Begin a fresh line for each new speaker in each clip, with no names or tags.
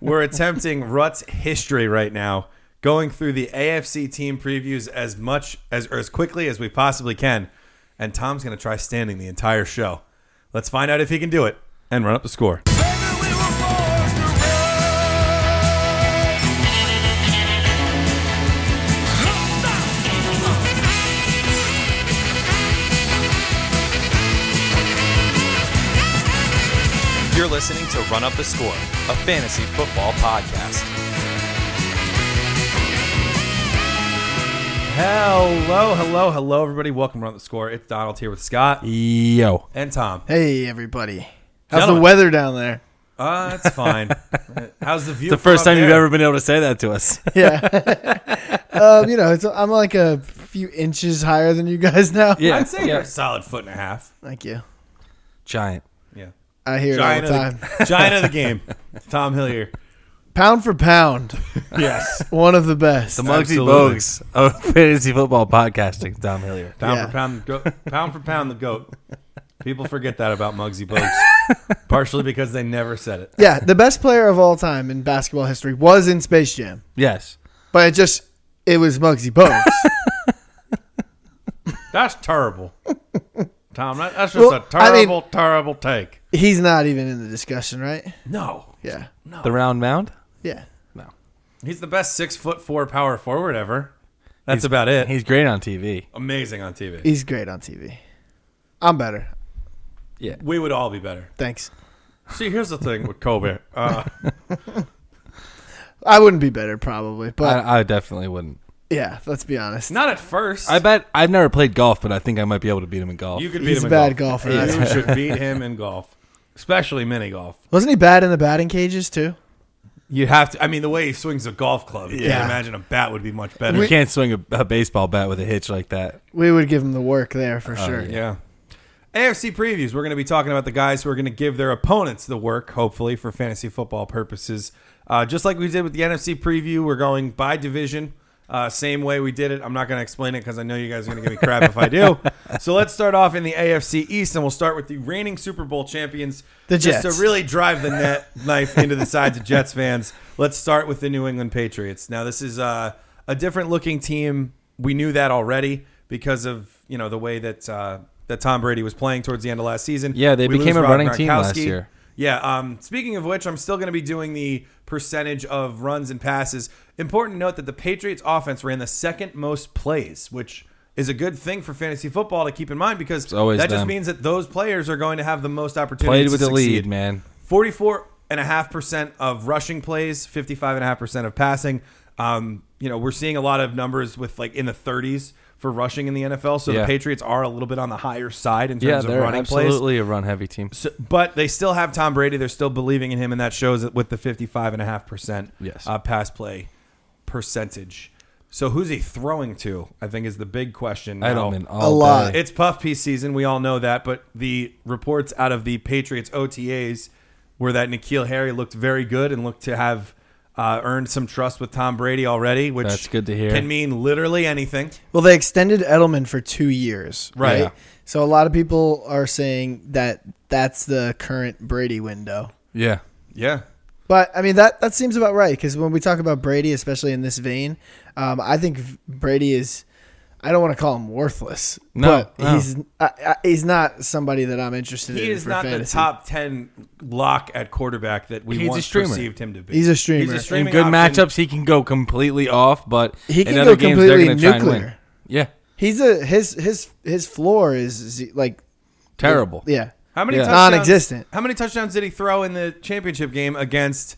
We're attempting Rutt's history right now, going through the AFC team previews as much as or as quickly as we possibly can. And Tom's going to try standing the entire show. Let's find out if he can do it and run up the score.
You're listening to Run Up the Score, a fantasy football podcast.
Hello, hello, hello, everybody. Welcome to Run Up the Score. It's Donald here with Scott
Yo.
and Tom.
Hey, everybody. How's
Gentlemen.
the weather down there?
Uh, it's fine. How's the view?
The first time you've ever been able to say that to us.
Yeah. um, you know, it's, I'm like a few inches higher than you guys now.
Yeah.
I'd say you're a solid foot and a half.
Thank you.
Giant.
Yeah.
I hear
Giant
it all the time.
of the, giant of the game, Tom Hillier.
Pound for pound,
Yes.
one of the best.
The Mugsy
Absolutely.
Bogues of fantasy football podcasting. Tom Hillier.
Pound
Yeah.
for pound, go, pound for pound, the goat. People forget that about Muggsy Bogues, partially because they never said it.
yeah, the best player of all time in basketball history was in Space Jam,
Yes.
but it just it was Muggsy Bogues.
That's terrible, Tom. That, that's just
Well,
a
I mean-
terrible, terrible take.
He's not even in the discussion, right?
No,
Yeah,
The round mound.
yeah.
he's the best six foot four power forward ever. That's about it. He's
He's great on TV.
amazing on TV.
He's great on TV. I'm better.
We would all be better.
Thanks.
See, here's the thing with Kobe. Uh,
I wouldn't be better probably, but
I, I definitely wouldn't.
yeah. Let's be honest.
not at first.
I bet I've never played golf, but I think I might be able to beat him in golf.
you could beat
He's
him
a
in
bad
golf.
golfer. that's
You should beat him in golf, especially mini golf.
Wasn't he bad in the batting cages too?
You have to. I mean, the way he swings a golf club, you
Yeah.
can't imagine a bat would be much better.
You can't swing a, a baseball bat with a hitch like that.
We would give him the work there for sure.
Yeah. AFC previews. We're going to be talking about the guys who are going to give their opponents the work, hopefully, for fantasy football purposes. Uh, just like we did with the NFC preview, we're going by division. Uh, same way we did it. I'm not going to explain it because I know you guys are going to give me crap if I do. So let's start off in the AFC East, and we'll start with the reigning Super Bowl champions.
The
Just
Jets.
to really drive the net knife into the sides of Jets fans, let's start with the New England Patriots. Now, this is uh, a different looking team. We knew that already because of you know the way that uh, that Tom Brady was playing towards the end of last season.
Yeah, they
We
became
lose
a
Rob
running team last
Gronkowski.
year.
Yeah. Um, speaking of which, I'm still going to be doing the percentage of runs and passes. Important to note that the Patriots offense ran the second most plays, which is a good thing for fantasy football to keep in mind because
always
that just
them.
means that those players are going to have the most opportunities
Played with
to
the lead,
succeed.
man.
44.5% of rushing plays, 55.5% of passing. Um, you know, we're seeing a lot of numbers with like in the 30s for rushing in the NFL. So
Yeah.
the Patriots are a little bit on the higher side in
Yeah,
terms of
they're
running plays.
absolutely a run-heavy team.
So, but they still have Tom Brady. They're still believing in him, and that shows it with the 55.5%
Yes.
uh, pass play percentage. So who's he throwing to? I think is the big question.
I
now.
don't mean all
lot.
day.
Uh, It's puff piece season. We all know that. But the reports out of the Patriots OTAs were that Nikhil Harry looked very good and looked to have uh, earned some trust with Tom Brady already, which
That's good to hear.
Can mean literally anything.
Well, they extended Edelman for two years, right?
Yeah.
So a lot of people are saying that that's the current Brady window.
Yeah,
Yeah.
But I mean that that seems about right because when we talk about Brady, especially in this vein, um, I think v- Brady is. I don't want to call him worthless,
No,
but
no.
he's I, I, he's not somebody that I'm interested
He
in.
is
for
not
fantasy.
the top ten lock at quarterback that we
He's a
once
streamer.
perceived him to be.
He's a streamer. In
in
streaming
good
option.
matchups, he can go completely off, but
He
in
can
other
go
games, they're
completely
gonna try and win.
nuclear.
Yeah,
He's a his his his floor is z- like
terrible.
yeah.
How many
Yeah.
touchdowns,
Non-existent.
How many touchdowns did he throw in the championship game against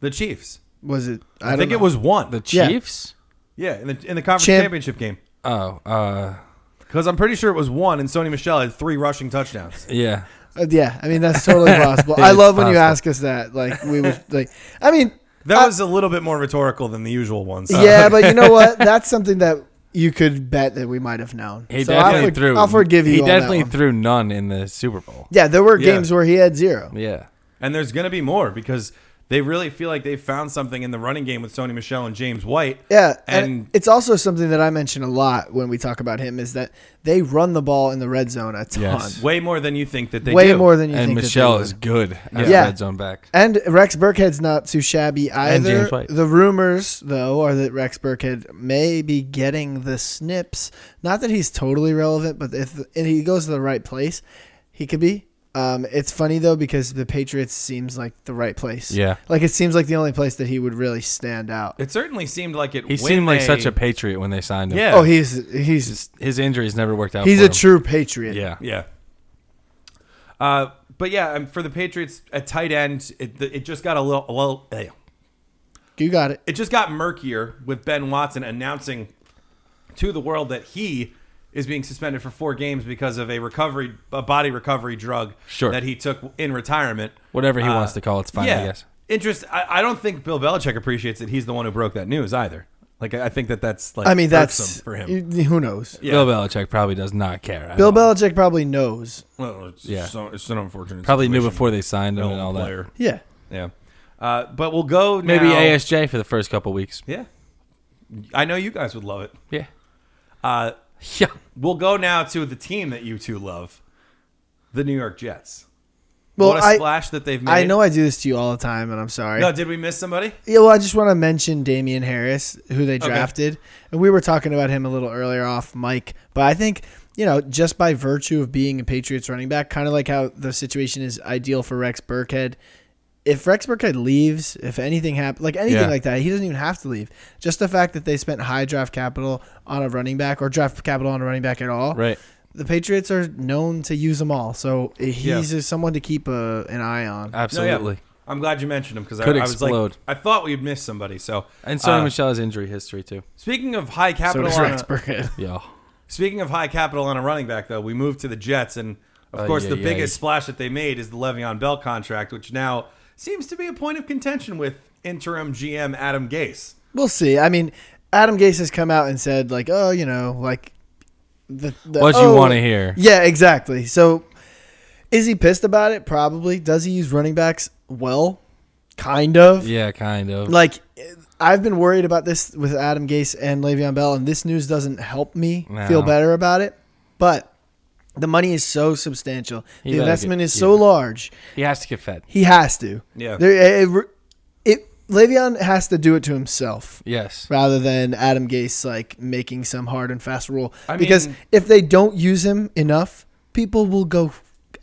the Chiefs?
Was it?
I,
don't
think
know.
it was one.
The
Yeah.
Chiefs.
yeah, in the, in the conference
Champ-
championship game.
Oh, uh,
Because I'm pretty sure it was one, and Sony Michelle had three rushing touchdowns.
yeah.
Uh, Yeah, I mean that's totally possible. I
It's
love when you
possible.
ask us that. Like we would like. I mean,
That
I-
was a little bit more rhetorical than the usual ones.
Uh, yeah, but you know what? That's something that you could bet that we might have known.
He
So I
definitely
would-
threw.
I'll forgive you.
He
on that
definitely
one.
threw none in the Super Bowl.
Yeah, there were
Yeah.
games where he had zero.
Yeah.
and there's going to be more because they really feel like they found something in the running game with Sony Michelle and James White.
Yeah, and,
And-
it's also something that I mention a lot when we talk about him is that they run the ball in the red zone a ton,
Yes.
Way more than you think that they
way
do.
more than you
and
think. that they
Michelle
would.
is good as
Yeah.
a red zone back.
And Rex Burkhead's not too shabby either.
And James White.
The rumors, though, are that Rex Burkhead may be getting the snips. Not that he's totally relevant, but if and he goes to the right place, he could be. Um, it's funny though because the Patriots seems like the right place.
Yeah.
like it seems like the only place that he would really stand out.
It certainly seemed like it.
He
when
seemed like
they-
such a patriot when they signed him.
Yeah.
Oh, he's he's
His, his injuries never worked out.
he's
for
a
him.
true Patriot.
Yeah.
Yeah. Uh, but yeah, and for the Patriots at tight end, it it just got a little, a little eh.
you got it.
it just got murkier with Ben Watson announcing to the world that he is being suspended for four games because of a recovery, a body recovery drug
Sure.
that he took in retirement.
Whatever he
Uh,
wants to call it, it's fine, I guess.
Interest. I, I don't think Bill Belichick appreciates that he's the one who broke that news either. Like I I think that that's like
I mean, that's
irksome for him.
you- who knows.
Yeah.
Bill Belichick probably does not care. at
Bill
all.
Belichick probably knows.
Well, it's,
Yeah.
so- it's an unfortunate.
probably knew
situation.
before they signed him
Bill
and all
player.
Yeah,
Yeah. Uh, but we'll go
that. Maybe
now-
ASJ for the first couple weeks.
Yeah. I know you guys would love it.
Yeah.
Uh,
Yeah.
we'll go now to the team that you two love, the New York Jets.
Well,
what a
I-
splash that they've made.
I know I do this to you all the time, and I'm sorry.
No, did we miss somebody?
Yeah, well, I just want to mention Damian Harris, who they drafted, and we were talking about him a little earlier off mic. But I think you know, just by virtue of being a Patriots running back, kind of like how the situation is ideal for Rex Burkhead. If Rex Burkhead leaves, if anything happens, like anything
Yeah.
like that, he doesn't even have to leave. Just the fact that they spent high draft capital on a running back or draft capital on a running back at all,
Right.
the Patriots are known to use them all. So eh, he's just someone to keep uh an eye on.
No, yeah.
Absolutely.
I'm glad you mentioned him because I,
Could
I was like,
explode.
I thought we'd missed somebody. So,
And Sony
uh,
Michelle's injury history too.
speaking of high
So
capital,
does
on
Rex
a,
Burkhead.
Yeah.
speaking of high capital on a running back, though, we moved to the Jets, and of
Ay,
course, the
ay,
biggest
ay.
splash that they made is the Le'Veon Bell contract, which now seems to be a point of contention with interim GM Adam Gase.
We'll see. I mean, Adam Gase has come out and said like, oh, you know, like the, the
What you
oh.
want to hear?
Yeah, exactly. So is he pissed about it? Probably. Does he use running backs well? Kind of.
Yeah, kind of.
Like I've been worried about this with Adam Gase and Le'Veon Bell, and this news doesn't help me
No.
feel better about it. But the money is so substantial.
He
the
better
investment
get-
is so
yeah.
large.
he has to get fed.
He has to.
Yeah.
There, it, it, Le'Veon has to do it to himself
Yes.
rather than Adam Gase like making some hard and fast rule.
I
because
mean-
if they don't use him enough, people will go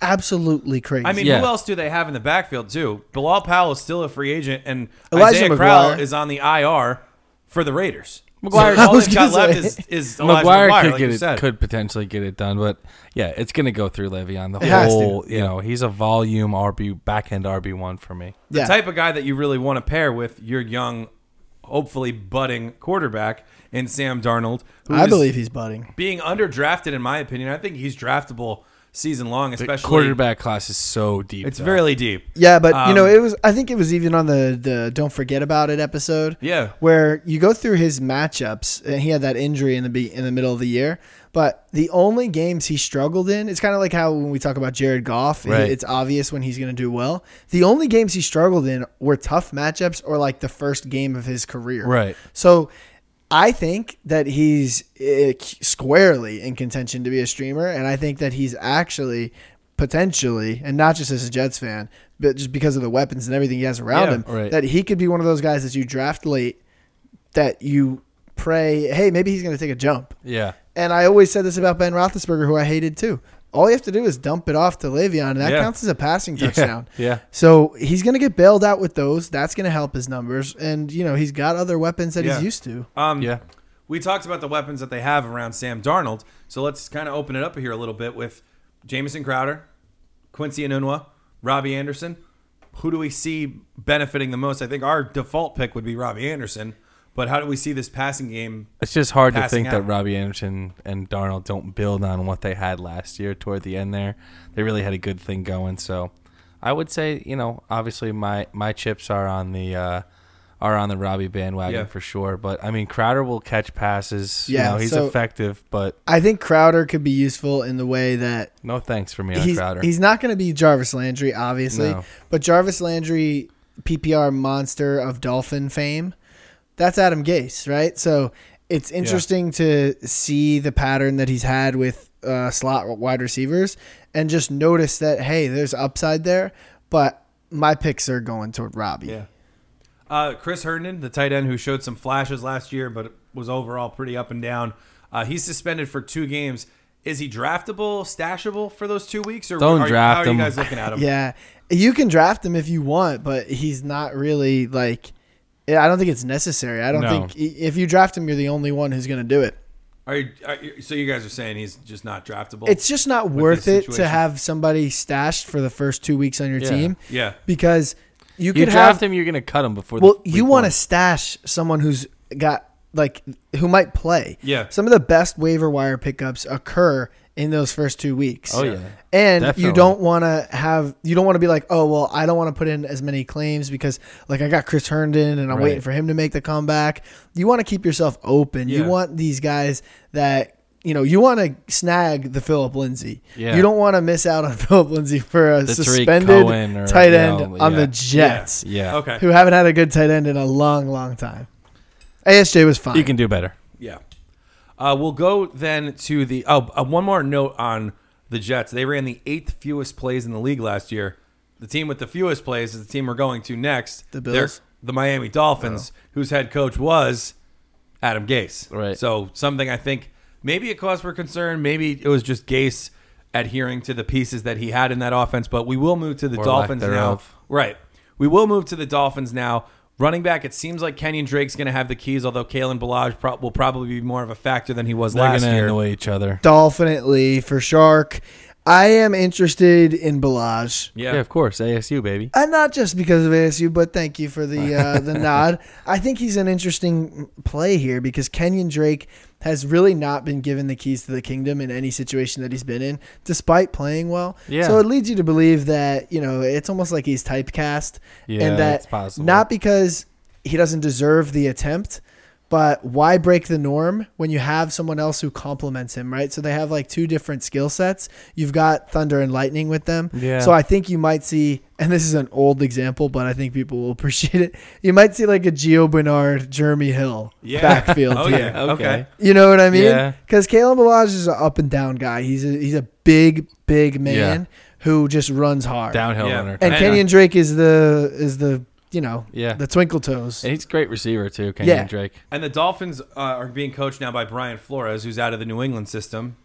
absolutely crazy.
I mean,
Yeah.
who else do they have in the backfield too? Bilal Powell is still a free agent, and
Elijah
Isaiah
McGuire.
Crowell is on the IR for the Raiders.
McGuire-
so
I
all
was
they've got
gonna
left
say.
is, is Elijah McGuire,
McGuire could
like
get
you
it,
said.
could potentially get it done, but yeah, it's gonna go through Le'Veon. The
It has to.
whole, you know, he's a volume RB backhand RB one for me.
the
yeah.
type of guy that you really want to pair with your young, hopefully budding quarterback in Sam Darnold. who
I
is
believe he's budding.
being underdrafted in my opinion. I think he's draftable season long, especially
Quarterback class is so deep.
It's
though.
really deep.
Yeah, but you know,
Um,
it was I think it was even on the the don't forget about it episode.
Yeah.
Where you go through his matchups and he had that injury in the be in the middle of the year, but the only games he struggled in, it's kind of like how when we talk about Jared Goff, it-
Right.
it's obvious when he's going to do well. The only games he struggled in were tough matchups or like the first game of his career.
Right.
So I think that he's eh, squarely in contention to be a streamer, and I think that he's actually potentially, and not just as a Jets fan, but just because of the weapons and everything he has around
Yeah,
him,
right.
that he could be one of those guys that you draft late, that you pray, hey, maybe he's going to take a jump.
Yeah.
And I always said this about Ben Roethlisberger, who I hated too. All you have to do is dump it off to Le'Veon, and that
Yeah.
counts as a passing touchdown.
yeah.
So he's going to get bailed out with those. That's going to help his numbers, and you know he's got other weapons that
Yeah.
he's used to.
Um,
Yeah.
We talked about the weapons that they have around Sam Darnold, so let's kind of open it up here a little bit with Jamison Crowder, Quincy Anunua, Robbie Anderson. Who do we see benefiting the most? I think our default pick would be Robbie Anderson, but how do we see this passing game?
It's just hard to
Passing
think that
out.
Robbie Anderson and Darnold don't build on what they had last year toward the end there. They really had a good thing going. So I would say, you know, obviously my, my chips are on the uh, are on the Robbie bandwagon
Yeah.
for sure. But I mean Crowder will catch passes.
Yeah,
you know, he's
so-
effective, but
I think Crowder could be useful in the way that
no thanks for me on
he's
Crowder.
he's not going to be Jarvis Landry, obviously,
No.
but Jarvis Landry PPR monster of Dolphin fame, that's Adam Gase, right? So it's interesting to see the pattern that he's had with uh, slot wide receivers and just notice that, hey, there's upside there, but my picks are going toward Robbie.
Yeah. Uh, Chris Herndon, the tight end who showed some flashes last year, but was overall pretty up and down. Uh, he's suspended for two games. Is he draftable, stashable for those two weeks? Or
Don't
are,
draft
how are
him.
you guys looking at him?
Yeah, you can draft him if you want, but he's not really like. I don't think it's necessary. I don't
No.
think i- if you draft him, you're the only one who's going to do it.
Are you, are you, so you guys are saying he's just not draftable?
It's just not worth
this
it to
situation.
have somebody stashed for the first two weeks on your team
yeah.
because you
You
could
draft
have.
him, you're gonna cut him before.
well,
the
you
week
want to
one.
stash someone who's got like who might play.
Yeah.
Some of the best waiver wire pickups occur in those first two weeks.
Oh yeah.
And
Definitely.
you don't want to have you don't want to be like, oh well, I don't want to put in as many claims because like I got Chris Herndon and I'm
Right.
waiting for him to make the comeback. You want to keep yourself open.
Yeah.
You want these guys that you know you want to snag the Philip Lindsay.
Yeah.
You don't want to miss out on Philip Lindsay for a
The Tariq
suspended
Cohen or-
tight end
no,
on
yeah.
the Jets,
Yeah.
Okay.
who haven't had a good tight end in a long, long time. ASJ was fine.
You can do better.
Yeah. Uh, we'll go then to the. Oh, uh, one more note on the Jets. They ran the eighth fewest plays in the league last year. The team with the fewest plays is the team we're going to next.
The
They're
Bills?
the Miami Dolphins, whose head coach was Adam Gase.
Oh. Right.
So something I think maybe a cause for concern. Maybe it was just Gase adhering to the pieces that he had in that offense. But we will move to the
Or lack
Dolphins now.
thereof.
Right. We will move to the Dolphins now. Running back, it seems like Kenyon Drake's going to have the keys, although Kalen Balaj pro- will probably be more of a factor than he was
They're
last
gonna
year.
annoy each other.
Dolphinately for Shark. I am interested in Balaj.
Yeah.
of course. ASU baby.
and not just because of ASU, but thank you for the uh, the nod. I think he's an interesting play here because Kenyon Drake has really not been given the keys to the kingdom in any situation that he's been in, despite playing well.
Yeah.
So it leads you to believe that you know it's almost like he's typecast,
Yeah,
and that
it's possible.
not because he doesn't deserve the attempt. But why break the norm when you have someone else who complements him, right? So they have like two different skill sets. You've got thunder and lightning with them.
Yeah.
So I think you might see, and this is an old example, but I think people will appreciate it. You might see like a Gio Bernard, Jeremy Hill
Yeah.
backfield
Oh,
here.
yeah.
Okay.
Okay.
You know what I mean?
Yeah.
Because Kalen Balaj is an up and down guy. He's a, he's a big, big man who just runs hard.
Downhill
Yeah.
runner.
and
I-
Kenyon Drake is the is the you know
Yeah.
the twinkle toes.
And he's a great receiver too, Kenyon
Yeah.
Drake.
And the Dolphins uh, are being coached now by Brian Flores, who's out of the New England system.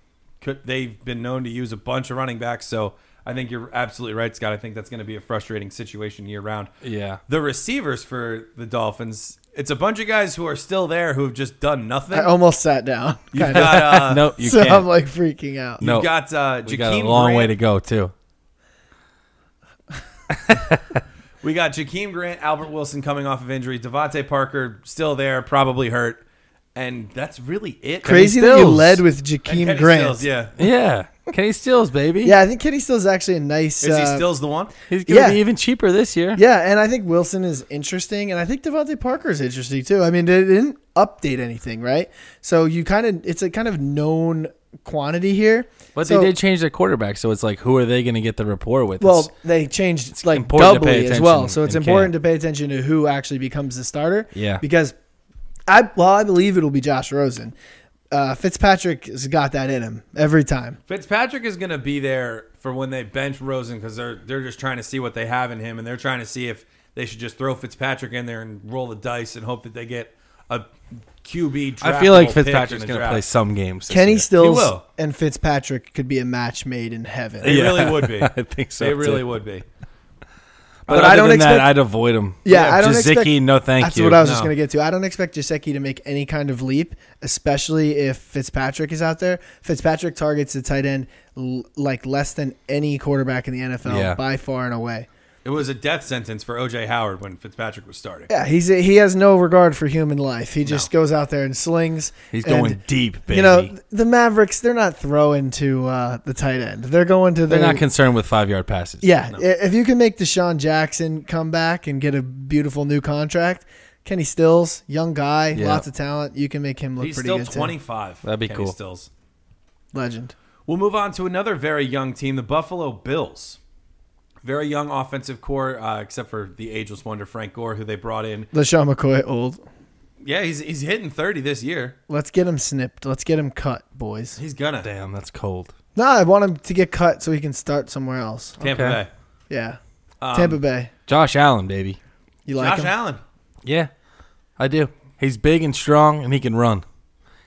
Could, they've been known to use a bunch of running backs, so I think you're absolutely right, Scott. I think that's going to be a frustrating situation year round.
Yeah.
The receivers for the Dolphins, it's a bunch of guys who are still there who have just done nothing.
I almost sat down.
You've
kinda.
got uh,
no, you
so
can't.
I'm like freaking out.
You've
No.
got uh,
we got a
Jakeem
long
Grant.
way to go too.
We got Jakeem Grant, Albert Wilson coming off of injury, Devontae Parker still there, probably hurt, and that's really it.
Crazy
And
that you
Stills.
led with
Kenny
Jakeem Grant.
Stills, yeah,
Yeah. Kenny Stills, baby.
Yeah, I think Kenny Stills is actually a nice.
is he
uh,
Stills the one?
He's gonna
Yeah.
be even cheaper this year.
Yeah, and I think Wilson is interesting, and I think Devontae Parker is interesting too. I mean, they didn't update anything, right? So you kind of it's a kind of known quantity here.
But
So-
they did change their quarterback, so it's like who are they gonna get the rapport with?
Well,
It's-
they changed like
important to pay
doubly as well,
attention
so it's
in
important
camp.
to pay attention to who actually becomes the starter.
Yeah.
because I well, I believe it'll be Josh Rosen. Uh, Fitzpatrick has got that in him every time.
Fitzpatrick is going to be there for when they bench Rosen because they're they're just trying to see what they have in him, and they're trying to see if they should just throw Fitzpatrick in there and roll the dice and hope that they get a QB.
I feel
draftable
like
pick in
Fitzpatrick's
the
gonna
draft.
play some games. this
Kenny
year.
Stills
will.
and Fitzpatrick could be a match made in heaven.
They
Yeah.
really would be.
I think so,
They
too.
really would be.
But,
But I
other
don't
than that,
expect-
I'd avoid him.
Yeah, I don't
Jazicki,
expect-
no thank
That's
you.
what I was
No.
just going to get to. I don't expect Jaceki to make any kind of leap, especially if Fitzpatrick is out there. Fitzpatrick targets the tight end l- like less than any quarterback in the NFL
Yeah.
by far and away.
It was a death sentence for OJ Howard when Fitzpatrick was starting.
Yeah, he's he has no regard for human life. He just goes out there and slings.
He's
And,
going deep, baby.
You know, the Mavericks, they're not throwing to uh, the tight end. They're going to
They're
their
not concerned with five yard passes.
Yeah, i- if you can make Deshaun Jackson come back and get a beautiful new contract, Kenny Stills, young guy,
Yeah.
lots of talent, you can make him look
He's
pretty
still
good. too.
25.
That'd be
Kenny
cool.
Stills.
Legend.
We'll move on to another very young team, the Buffalo Bills. Very young offensive core, uh, except for the ageless wonder Frank Gore, who they brought in.
LaShawn McCoy, old.
Yeah, he's he's hitting thirty this year.
Let's get him snipped. Let's get him cut, boys.
He's gonna
Damn, that's cold.
No, I want him to get cut so he can start somewhere else.
Tampa
Okay.
Bay.
Yeah.
Um,
Tampa Bay.
Josh Allen, baby.
You like
Josh
him?
Allen.
Yeah, I do. He's big and strong, and he can run.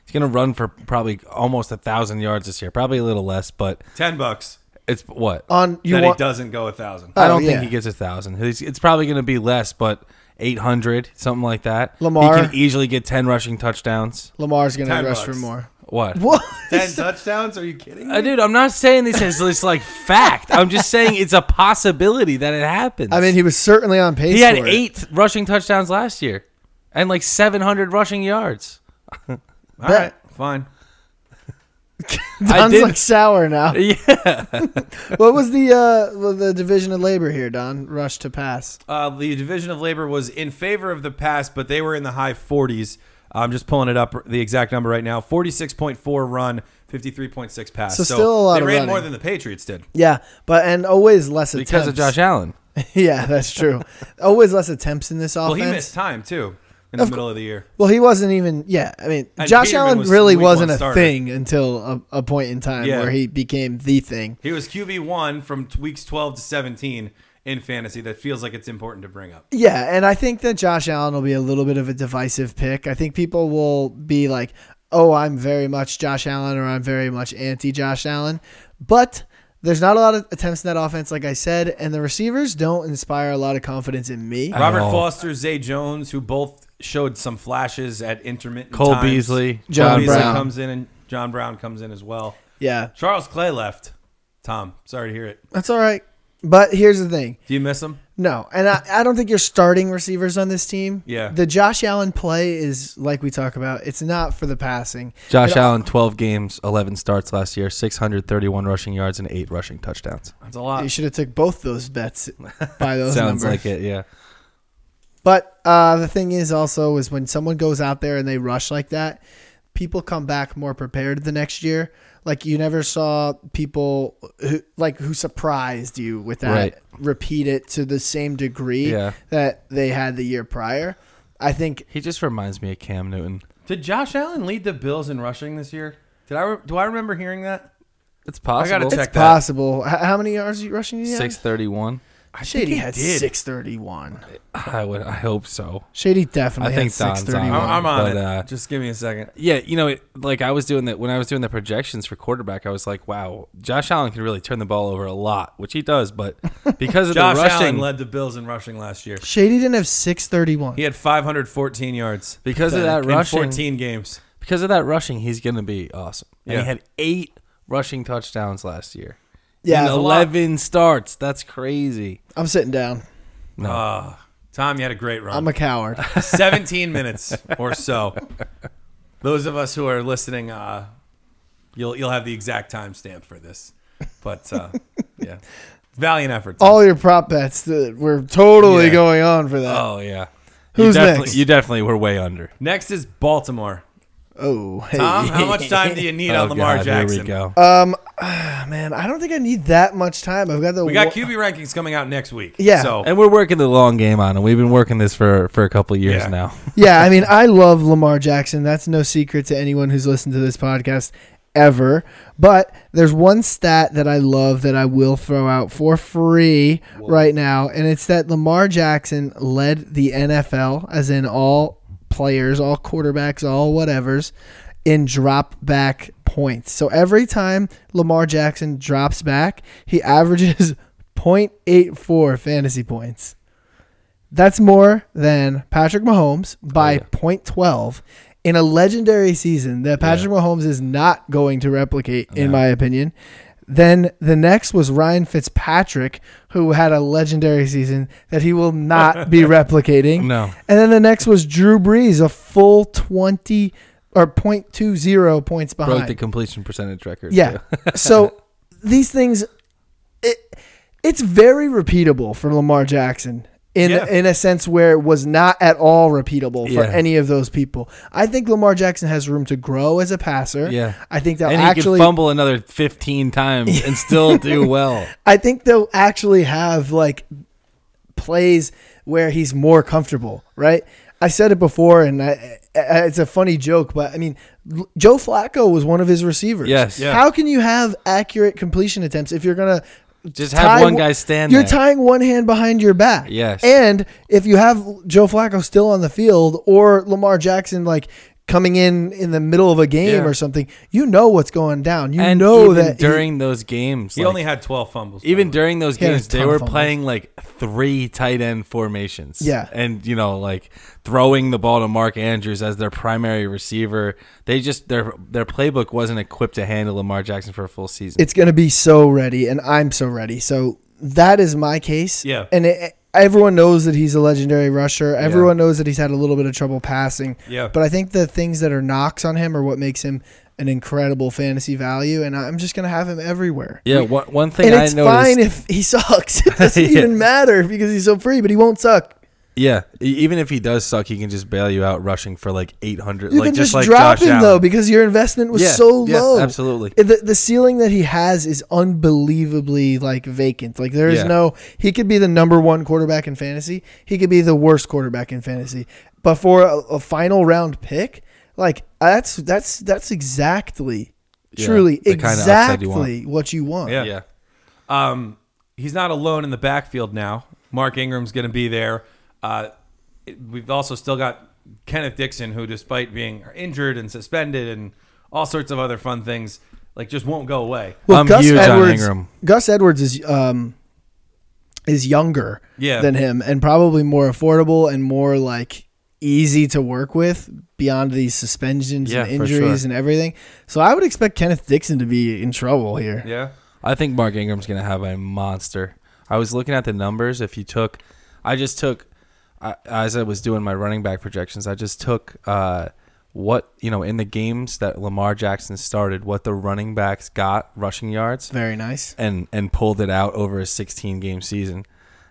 He's gonna run for probably almost a thousand yards this year. Probably a little less, but
Ten bucks
it's what
On you
that
want
he doesn't go a thousand.
Oh,
I don't
yeah.
think he gets a thousand. He's, it's probably going to be less, but eight hundred, something like that.
Lamar.
he can easily get ten rushing touchdowns.
Lamar's gonna
Ten
rush
bucks.
for more.
What?
What?
Ten touchdowns? Are you kidding?
Uh, dude, I'm not saying this as this like fact. I'm just saying it's a possibility that it happens.
I mean, he was certainly on pace.
he had
for it.
eight rushing touchdowns last year, and like seven hundred rushing yards.
All right, fine.
Don's
did-
like sour now.
Yeah,
what was the uh the division of labor here, Don? Rush to pass.
Uh, the division of labor was in favor of the pass, but they were in the high 40s. I'm just pulling it up the exact number right now: 46.4 run, 53.6 pass.
So still a lot
they
of
ran
running.
more than the Patriots did.
Yeah, but and always less attempts
because of Josh Allen.
yeah, that's true. always less attempts in this offense.
Well, he missed time too in
Of
the
cou-
middle of the year.
Well, he wasn't even. Yeah, I mean,
And
Josh
Peterman
Allen
was
really
week one
wasn't a
starter.
thing until a, a point in time
Yeah.
where he became the thing.
He was QB one from t- weeks 12 to 17 in fantasy. That feels like it's important to bring up.
Yeah, and I think that Josh Allen will be a little bit of a divisive pick. I think people will be like, "Oh, I'm very much Josh Allen," or "I'm very much anti Josh Allen," but. There's not a lot of attempts in that offense, like I said, and the receivers don't inspire a lot of confidence in me.
Robert
all.
Foster, Zay Jones, who both showed some flashes at intermittent.
Cole
times.
Beasley,
John
Cole Beasley
Brown.
comes in, and John Brown comes in as well.
Yeah,
Charles Clay left. Tom, sorry to hear it.
that's all right. But here's the thing
Do you miss him?
No, and I, I don't think you're starting receivers on this team.
Yeah.
The Josh Allen play is like we talk about. It's not for the passing.
Josh
It-
Allen, twelve games, eleven starts last year, six hundred thirty-one rushing yards and eight rushing touchdowns.
That's a lot.
You should have took both those bets by those
Uh, Sounds
numbers.
like it. Yeah.
But uh, the thing is also is when someone goes out there and they rush like that, people come back more prepared the next year. Like you never saw people who like who surprised you with that
Right.
repeat it to the same degree
Yeah.
that they had the year prior. I think
He just reminds me of Cam Newton.
Did Josh Allen lead the Bills in rushing this year? Did I re- do I remember hearing that?
It's possible.
gotta check
it's
that.
possible. H- how many yards you rushing? You
Six thirty-one.
I Shady
he
had
did.
631.
I would. I hope so.
Shady definitely
I think
had
Don's
631.
on.
I'm, I'm on
But,
it.
uh,
Just give me a second.
Yeah, you know, it, like I was doing that when I was doing the projections for quarterback, I was like, wow, Josh Allen can really turn the ball over a lot, which he does, but because of the
Josh
rushing,
Allen led the Bills in rushing last year.
Shady didn't have 631.
He had 514 yards
because of that
in
rushing,
14 games.
because of that rushing, he's going to be awesome. And
Yeah.
he had 8 rushing touchdowns last year.
Yeah,
and
it's a
lot.
11 starts. That's crazy.
I'm sitting down.
Uh, Tom, you had a great run.
I'm a coward.
17 minutes or so. Those of us who are listening, uh, you'll you'll have the exact timestamp for this. But uh, yeah, valiant effort. Tom.
All your prop bets that were totally
Yeah.
going on for that.
Oh, yeah.
Who's
you definitely,
next?
You definitely were way under.
Next is Baltimore.
Oh, hey.
Tom, how much time do you need
oh,
on Lamar
God,
Jackson?
Here we go.
Um, ah, man, I don't think I need that much time. I've got the
We got
wa-
QB rankings coming out next week.
Yeah.
So
and we're working the long game on it. We've been working this for, for a couple of years
Yeah.
now.
yeah, I mean, I love Lamar Jackson. That's no secret to anyone who's listened to this podcast ever. But there's one stat that I love that I will throw out for free right now, and it's that Lamar Jackson led the NFL, as in all players, all quarterbacks, all whatevers, in drop back points. So every time Lamar Jackson drops back, he averages 0.84 fantasy points. That's more than Patrick Mahomes by
Oh, yeah.
0.12 in a legendary season that Patrick Mahomes is not going to replicate, in my opinion. Then the next was Ryan Fitzpatrick, who had a legendary season that he will not be replicating.
No.
And then the next was Drew Brees, a full 20 or 0.20 points
Broke the
behind.
completion percentage record.
yeah. so these things, it, it's very repeatable for Lamar Jackson. in
Yeah.
in a sense where it was not at all repeatable for
Yeah.
any of those people. I think Lamar Jackson has room to grow as a passer.
Yeah.
I think they'll
and he
actually
could fumble another 15 times and still do well.
I think they'll actually have like plays where he's more comfortable, right? I said it before, and I, I- it's a funny joke, but I mean, L- Joe Flacco was one of his receivers.
Yes. Yeah.
How can you have accurate completion attempts if you're gonna
Just have one guy stand
You're
there.
tying one hand behind your back.
Yes.
And if you have Joe Flacco still on the field or Lamar Jackson like coming in in the middle of a game
Yeah.
or something, you know what's going down. You
and
know
even
that he-
during those games,
He
like,
only had 12 fumbles. by
even
the way.
during those
He had a
games, they
ton
were
of fumbles.
playing like three tight end formations.
Yeah.
and you know, like throwing the ball to Mark Andrews as their primary receiver. They just their their playbook wasn't equipped to handle Lamar Jackson for a full season.
it's going to be so ready and I'm so ready. So that is my case.
Yeah.
And it, everyone knows that he's a legendary rusher. Everyone knows that he's had a little bit of trouble passing.
Yeah.
But I think the things that are knocks on him are what makes him an incredible fantasy value and I'm just going to have him everywhere.
yeah, one, one thing
And
I
it's
noticed.
fine if he sucks. It doesn't
Yeah.
even matter because he's so free, but he won't suck.
yeah, e- even if he does suck, he can just bail you out rushing for like eight hundred.
You
like
can
just,
just,
like
drop
Josh
him
Allen.
though because your investment was
Yeah,
so
yeah,
low.
absolutely.
The, the ceiling that he has is unbelievably like vacant. Like there is
Yeah.
no he could be the number 1 quarterback in fantasy. He could be the worst quarterback in fantasy. But for a, a final round pick, like that's that's that's exactly
Yeah,
truly
the kind of upside
exactly
you want.
what you want.
Yeah.
Yeah,
Um, he's not alone in the backfield now. Mark Ingram's going to be there. Uh, it- we've also still got Kenneth Dixon, who, despite being injured and suspended and all sorts of other fun things, like just won't go away.
Well,
I'm
Gus
huge on
Edwards,
Ingram.
Gus Edwards is um is younger
Yeah.
than him and probably more affordable and more like easy to work with beyond these suspensions
Yeah,
and
for
injuries
sure.
and everything. So I would expect Kenneth Dixon to be in trouble here.
Yeah.
I think Mark Ingram's going to have a monster. I was looking at the numbers. If you took, I just took, I, as I was doing my running back projections, I just took uh, what, you know, in the games that Lamar Jackson started, what the running backs got rushing yards
Very nice.
and, and pulled it out over a 16 game season.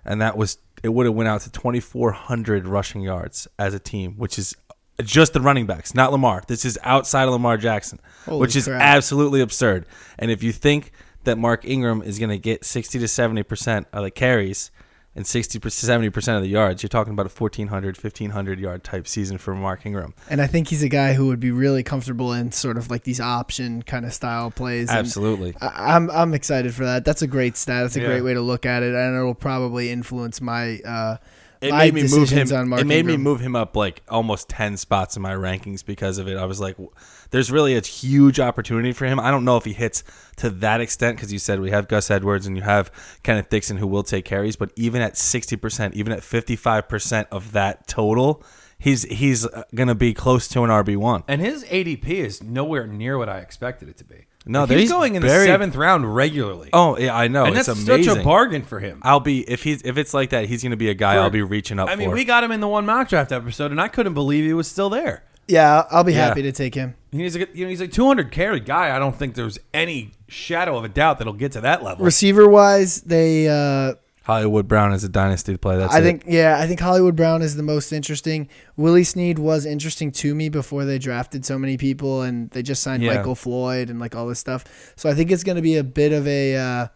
And that was, it would have went out to 2,400 rushing yards as a team, which is just the running backs, not Lamar. This is outside of Lamar Jackson,
Holy
which is
crap.
absolutely absurd. And if you think that Mark Ingram is going to get 60 to 70% of the carries and 60 to 70% of the yards, you're talking about a 1,400, 1,500 yard type season for Mark Ingram.
And I think he's a guy who would be really comfortable in sort of like these option kind of style plays. and-
Absolutely.
I- I'm I'm excited for that. That's a great stat. That's a
Yeah.
great way to look at it, and it'll probably influence my uh,
It
my
made me move him.
decisions on Mark
it made
Ingram.
me move him up like almost ten spots in my rankings because of it. I was like, w- "There's really a huge opportunity for him." I don't know if he hits to that extent because you said we have Gus Edwards and you have Kenneth Dixon who will take carries, but even at sixty percent, even at fifty five percent of that total, he's he's uh, gonna be close to an RB one.
And his ADP is nowhere near what I expected it to be.
No,
Like,
there-
he's
he's
going in the
very-
seventh round regularly.
Oh yeah, I know.
and
it's
that's
amazing.
such a bargain for him.
I'll be if he's if it's like that, he's gonna be a guy I'll be reaching up.
I mean,
for.
we got him in the one mock draft episode, and I couldn't believe he was still there.
Yeah, I'll be
Yeah.
happy to take him.
He's a, you know, he's a 200 carry guy. I don't think there's any shadow of a doubt that he'll get to that level.
Receiver wise, they uh,
Hollywood Brown is a dynasty play. That's
I
it.
think yeah, I think Hollywood Brown is the most interesting. Willie Sneed was interesting to me before they drafted so many people and they just signed
Yeah.
Michael Floyd and like all this stuff. So I think it's going to be a bit of a uh,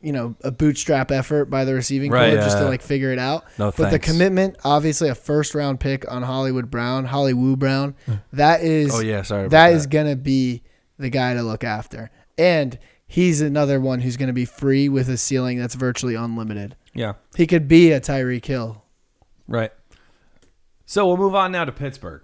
you know, a bootstrap effort by the receiving
Right,
core just to
yeah.
like figure it out.
No,
but the
thanks.
commitment, obviously a first round pick on Hollywood Brown, Hollywood Brown, that is
Oh, yeah, sorry about
that is
that.
going to be the guy to look after. And he's another one who's going to be free with a ceiling that's virtually unlimited.
yeah.
He could be a Tyreek Hill.
Right. So we'll move on now to Pittsburgh,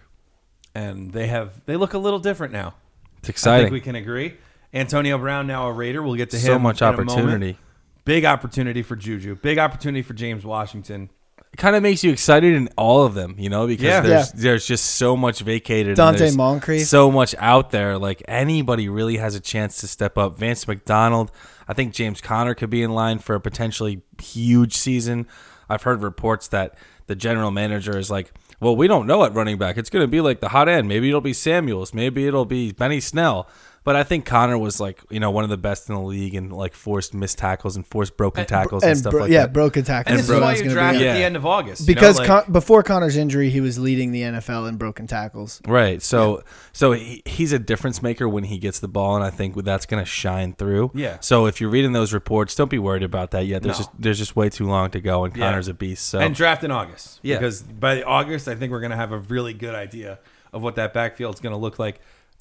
and they have they look a little different now.
it's
I
exciting.
think we can agree. Antonio Brown now a Raider. We'll get to him.
so much
in a moment.
opportunity.
Big opportunity for Juju. Big opportunity for James Washington.
kind of makes you excited in all of them, you know, because
Yeah.
there's
Yeah.
there's just so much vacated. and
Dante
there's
Moncrief.
so much out there. Like anybody really has a chance to step up. Vance McDonald, I think James Conner could be in line for a potentially huge season. I've heard reports that the general manager is like, "Well, we don't know at running back. It's going to be like the hot end. Maybe it'll be Samuels. Maybe it'll be Benny Snell." But I think Connor was like, you know, one of the best in the league and like forced missed tackles and forced broken tackles and,
and
stuff
bro-
like
yeah,
that.
broken tackles.
And this
is what
is
I
why
was
you
gonna bring
draft
up.
Yeah.
at the end of August you know,
because
like-
Con- before Connor's injury, he was leading the NFL in broken tackles.
Right. So so he, he's a difference maker when he gets the ball, and I think that's going to shine through.
Yeah.
So if you're reading those reports, don't be worried about that yet. There's
No.
just there's just way too long to go, and
Yeah.
Connor's a beast. So
and draft in August.
Yeah.
Because by August, I think we're going to have a really good idea of what that backfield's going to look like.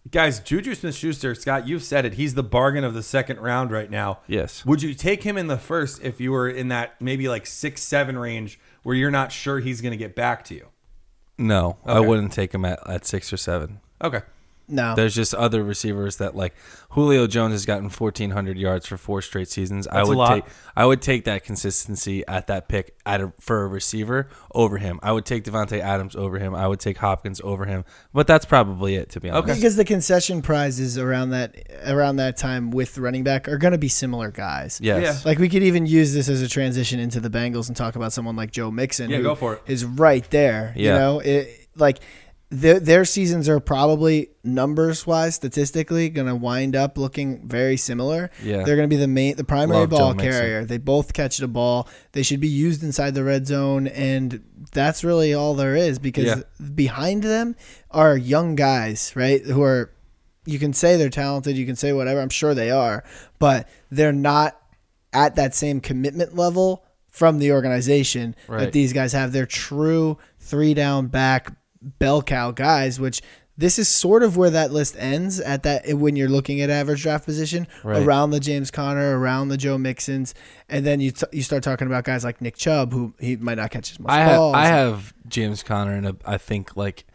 Guys, Juju Smith Schuster, Scott, you've said it. He's the bargain of the second round right now.
Yes.
Would you take him in the first if you were in that maybe like six, seven range where you're not sure he's going to get back to you?
no, I
Okay.
wouldn't take him at, at six or seven.
Okay.
No,
There's just other receivers that like Julio Jones has gotten 1,400 yards for four straight seasons. I
That's a
would
lot.
take I would take that consistency at that pick at a, for a receiver over him. I would take Devontae Adams over him. I would take Hopkins over him. But that's probably it to be honest.
because the concession prizes around that around that time with running back are going to be similar guys.
Yes.
Like we could even use this as a transition into the Bengals and talk about someone like Joe Mixon.
Yeah,
who
go for it.
Is right there. You
Yeah.
know, it, like their their seasons are probably numbers wise, statistically, going to wind up looking very similar.
Yeah.
they're going to be the main, the primary
Love Joe
ball
Mixon.
carrier. They both catch the ball. They should be used inside the red zone, and that's really all there is because
Yeah.
behind them are young guys, right? Who are you can say they're talented, you can say whatever, I'm sure they are, but they're not at that same commitment level from the organization
Right.
that these guys have. They're true three down back bell cow guys, which this is sort of where that list ends at that when you're looking at average draft position
Right.
around the James Conner, around the Joe Mixons, and then you t- you start talking about guys like Nick Chubb who he might not catch as much
I have
balls.
I have James Conner, and a- I think like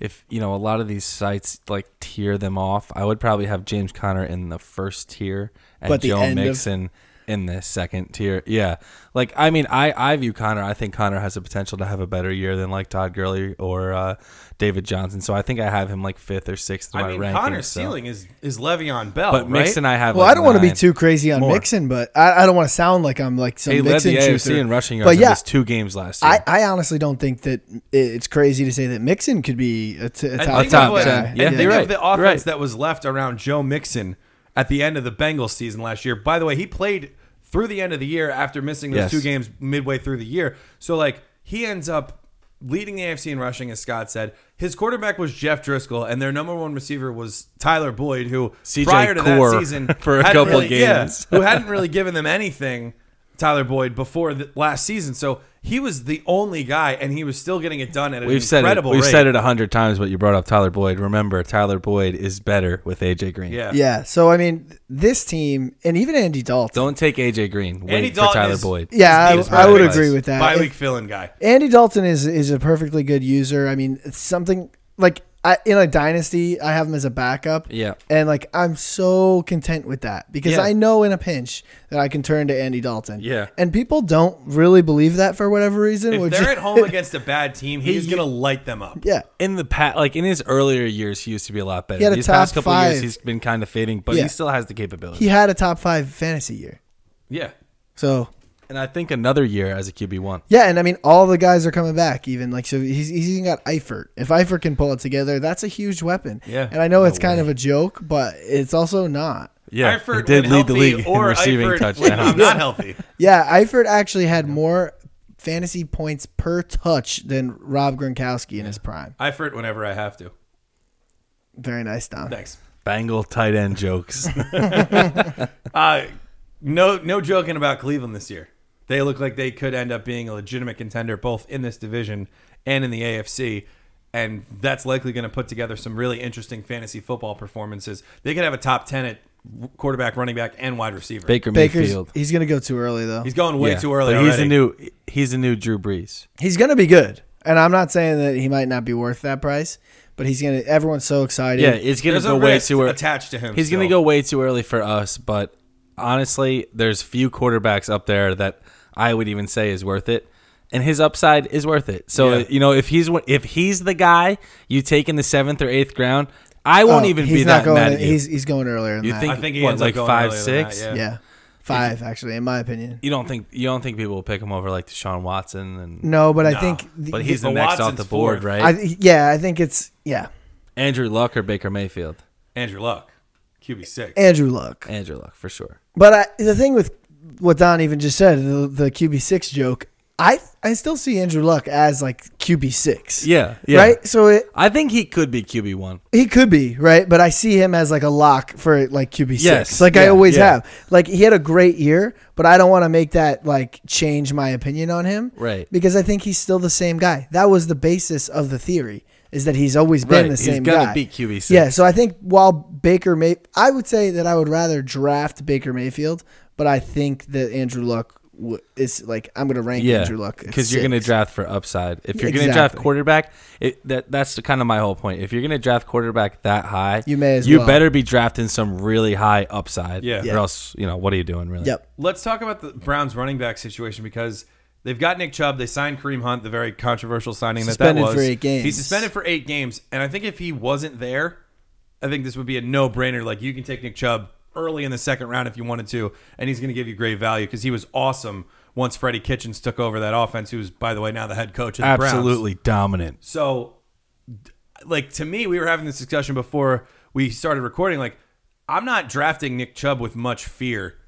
if you know a lot of these sites like tier them off, I would probably have James Conner in the first tier and
But the
Joe
end of-
Mixon in the second tier. Yeah, like I mean, I I view Conner. I think Conner has the potential to have a better year than like Todd Gurley or uh, David Johnson. So I think I have him like fifth or sixth in
I
my
mean,
rankings.
Connor's
so-
ceiling is, is Le'Veon Bell.
but
right?
Mixon, I have.
Well,
like,
I don't want to be
nine.
too crazy on
More.
Mixon, but I, I don't want to sound like I'm like some
He led
Mixon
the AFC
truther.
in rushing yards
But
in
yeah,
his two games last year.
I, I honestly don't think that it's crazy to say that Mixon could be a, t- a
And
top,
think
top
of what-
ten.
guy.
and
Yeah,
think
you're
of
right.
the
You're
offense
right.
that was left around Joe Mixon at the end of the Bengals season last year. By the way, he played through the end of the year after missing those
Yes.
two games midway through the year. So like he ends up leading the AFC in rushing, as Scott said. His quarterback was Jeff Driscoll, and their number one receiver was Tyler Boyd, who
CJ
prior to
Core
that season
for a
hadn't
couple
really- yeah,
games.
who hadn't really given them anything. Tyler Boyd before the last season, so he was the only guy, and he was still getting it done at an
We've said it.
incredible
We've
rate.
said it a hundred times, but you brought up Tyler Boyd. Remember, Tyler Boyd is better with AJ Green.
Yeah,
Yeah. So I mean, this team and even Andy Dalton.
Don't take AJ Green. Wait
Andy
for
Dalton
Tyler
is-
Boyd.
yeah,
He's
I, I would
perfect.
agree with that.
Bye
If-
week filling guy.
Andy Dalton is is a perfectly good user. I mean, it's something like I, in a dynasty, I have him as a backup.
Yeah.
and like I'm so content with that because
Yeah.
I know in a pinch that I can turn to Andy Dalton.
Yeah.
and people don't really believe that for whatever reason.
If
which
they're at home against a bad team, he's gonna light them up.
yeah,
In the past, like in his earlier years, he used to be a lot better.
He had a
These past
top
couple years,
five.
he's been kind of fading, but
Yeah.
he still has the capability.
he had a top five fantasy year.
Yeah.
So
and I think another year as a QB one.
yeah, and I mean all the guys are coming back. Even like so, he's, he's even got Eifert. If Eifert can pull it together, that's a huge weapon.
Yeah.
and I know it's kind of a joke, but it's also not.
Yeah,
Eifert
he did
when
lead the
healthy
league in
or
receiving
Eifert when
touchdowns.
I'm not healthy.
Yeah, Eifert actually had more fantasy points per touch than Rob Gronkowski in his prime.
Eifert whenever I have to.
Very nice, Dom.
Thanks.
Bengal tight end jokes.
Uh, no, no joking about Cleveland this year. They look like they could end up being a legitimate contender both in this division and in the AFC. And that's likely going to put together some really interesting fantasy football performances. They could have a top 10 at quarterback, running back, and wide receiver.
Baker
Baker's
Mayfield.
he's gonna go too early though.
He's
He's,
going way
Yeah,
too early.
But he's
already.
a new. He's a new Drew Brees.
gonna be good, and I'm not saying that he might not be worth that price, but he's gonna. Everyone's so excited.
Yeah, it's gonna
There's
go
a
way
risk
too early.
attached to him
He's gonna
still.
go way too early for us, but honestly, there's few quarterbacks up there that I would even say is worth it, and his upside is worth it. So
Yeah.
you know, if he's one- if he's the guy you take in the seventh or eighth round, I
Oh,
won't even
he's
be
not
that
going.
mad at you.
he's he's going earlier. Than
you
that.
think
I think he
what,
ends up
like
going
five,
earlier than
six?
that,
Yeah, five actually, in my opinion.
You don't think you don't think people will pick him over like Deshaun Watson and
No, but I
No.
think. the-
but he's the,
But
next off
Watson's
the board,
fourth.
right?
I, yeah, I think it's yeah.
Andrew Luck or Baker Mayfield.
Andrew Luck. QB six.
Andrew Luck.
Andrew Luck for sure.
But I, the thing with what Don even just said, the, the QB six joke, I I still see Andrew Luck as like QB six.
Yeah, yeah.
Right. So it,
I think he could be QB one.
he could be right, but I see him as like a lock for like QB six.
Yes.
Like I
Yeah,
always
yeah.
have. Like he had a great year, but I don't want to make that like change my opinion on him.
Right.
Because I think he's still the same guy. That was the basis of the theory. Is that he's always
Right,
been the
he's
same
gonna E
guy.
be QB6.
Yeah, so I think while Baker May, I would say that I would rather draft Baker Mayfield, but I think that Andrew Luck w- is like I'm going to rank
Yeah,
Andrew Luck at
because you're going to
six.
draft for upside. If you're going to draft
Exactly.
quarterback, it, that that's the kind of my whole point. If you're going to draft quarterback that high,
You may as
you
well.
better be drafting some really high upside.
Yeah.
Yeah.
or else you know what are you doing really?
Yep.
Let's talk about the Browns running back situation because they've got Nick Chubb. They signed Kareem Hunt, the very controversial signing
Suspended
that that was.
for eight games.
He's suspended for eight games, and I think if he wasn't there, I think this would be a no-brainer. Like you can take Nick Chubb early in the second round if you wanted to, and he's going to give you great value because he was awesome once Freddie Kitchens took over that offense. Who's by the way now the head coach of the Browns.
Absolutely dominant.
So, d- like to me, we were having this discussion before we started recording. Like, I'm not drafting Nick Chubb with much fear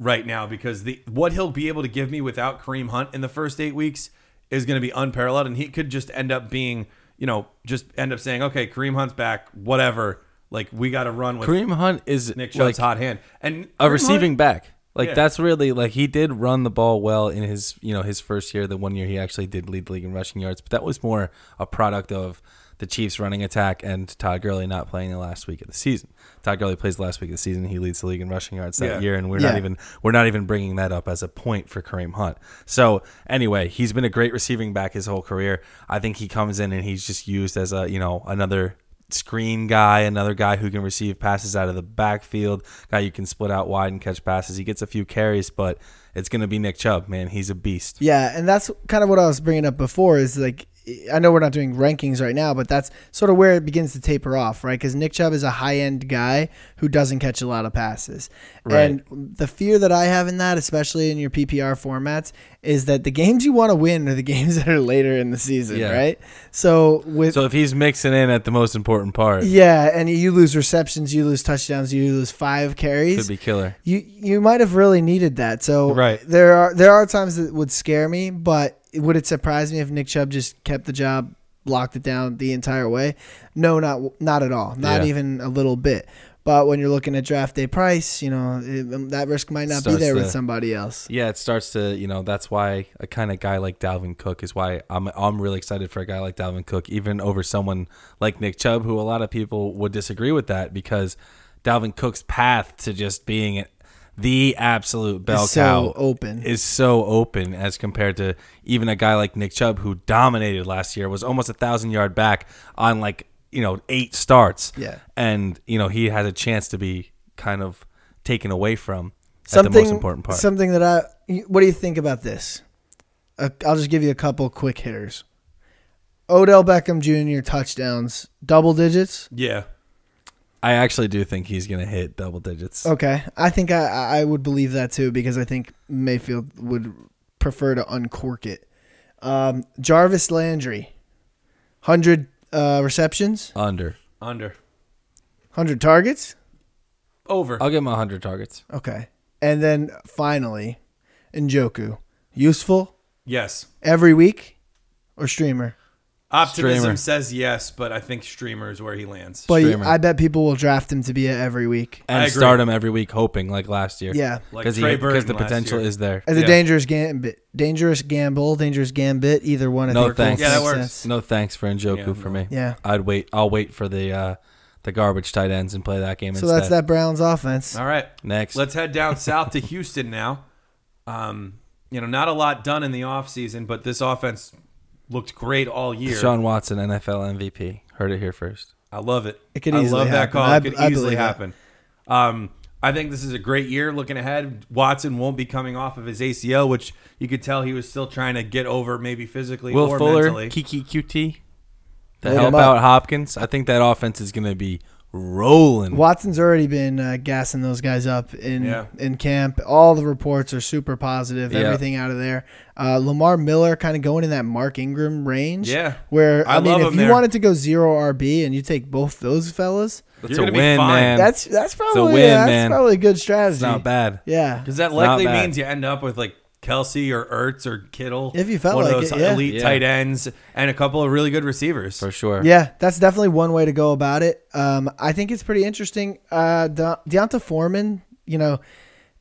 right now because the what he'll be able to give me without Kareem Hunt in the first eight weeks is going to be unparalleled, and he could just end up being, you know, just end up saying, okay, Kareem Hunt's back, whatever. Like, we got to run with
Kareem Hunt is
Nick
like
Chubb's hot hand and Kareem
a
Hunt-
receiving back. Like
Yeah.
that's really like he did run the ball well in his you know his first year. The one year he actually did lead the league in rushing yards, but that was more a product of the Chiefs' running attack and Todd Gurley not playing the last week of the season. Todd Gurley plays the last week of the season. He leads the league in rushing yards that
Yeah.
year, and we're
Yeah.
not even we're not even bringing that up as a point for Kareem Hunt. So anyway, he's been a great receiving back his whole career. I think he comes in and he's just used as a you know another screen guy, another guy who can receive passes out of the backfield, guy you can split out wide and catch passes. He gets a few carries, but it's gonna be Nick Chubb, man. He's a beast.
Yeah, and that's kind of what I was bringing up before is like I know we're not doing rankings right now, but that's sort of where it begins to taper off, right? Because Nick Chubb is a high end guy who doesn't catch a lot of passes. And the fear that I have in that, especially in your PPR formats, is that the games you want to win are the games that are later in the season,
Yeah.
right? So with
So if he's mixing in at the most important part,
yeah, and you lose receptions, you lose touchdowns, you lose five carries
could be killer.
you you might have really needed that. So
Right.
there are there are times that would scare me, but would it surprise me if Nick Chubb just kept the job, locked it down the entire way? No, not not at all, not
Yeah.
even a little bit. But when you're looking at draft day price, you know it, that risk might not
Starts
be there with
to-
somebody else.
Yeah, it starts to you know that's why a kind of guy like Dalvin Cook is why I'm I'm really excited for a guy like Dalvin Cook even over someone like Nick Chubb who a lot of people would disagree with that because Dalvin Cook's path to just being the absolute bell
It's so
cow
open.
is so open as compared to even a guy like Nick Chubb who dominated last year was almost a thousand yard back on like you know eight starts
Yeah.
and you know he has a chance to be kind of taken away from
Something
at the most important part.
Something that I. What do you think about this? Uh, I'll just give you a couple quick hitters. Odell Beckham Jr. touchdowns, double digits.
Yeah,
I actually do think he's going to hit double digits.
Okay, I think I- I I would believe that too because I think Mayfield would prefer to uncork it. Um, Jarvis Landry, hundred uh, receptions,
Under.
under,
hundred targets.
over.
I'll give him 100 targets.
Okay, and then finally, Njoku, useful
Yes,
every week or streamer.
optimism
Streamer.
says yes, but I think streamer is where he lands.
But
Streamer.
I bet people will draft him to be a every week.
I
And
agree.
start him every week hoping like last year.
Yeah.
Like
Because
Trey
because
Burton
the
last
potential
year.
is there.
As a
Yeah.
dangerous gambit, dangerous gamble, dangerous gambit, either one. I
No
think makes
thanks. Yeah, that
works.
sense.
No thanks for Njoku
Yeah,
for
no.
me.
Yeah.
I'd wait I'll wait for the uh the garbage tight ends and play that game
So
instead.
that's that Browns offense.
All right.
Next.
Let's head down south to Houston now. Um, you know, not a lot done in the offseason, but this offense looked great all year.
Sean Watson NFL MVP. Heard it here first.
I love it.
It could
I
easily
love that
happen.
call.
I-
it could
I
easily
believe that.
happen. Um, I think this is a great year looking ahead. Watson won't be coming off of his ACL, which you could tell he was still trying to get over maybe physically
Will
or
Fuller,
mentally.
Kiki QT. To
Load
help
him up.
out Hopkins. I think that offense is going to be rolling.
Watson's already been uh, gassing those guys up in
Yeah.
in camp. All the reports are super positive.
Yeah.
Everything out of there. Uh, Lamar Miller kind of going in that Mark Ingram range.
Yeah.
where I,
I
mean,
love
if
him
you
there.
wanted to go zero RB and you take both those fellas,
That's
You're
a
gonna be
win,
fine.
man.
that's that's probably
win,
that's
man.
probably a good strategy.
It's not bad.
Yeah,
Because that
It's not
likely
bad.
means you end up with like Kelsey or Ertz or Kittle.
If you felt
one
like
of those
it, yeah.
elite
Yeah.
tight ends and a couple of really good receivers.
For sure.
Yeah, that's definitely one way to go about it. Um, I think it's pretty interesting. Uh, De- Deonta Foreman, you know,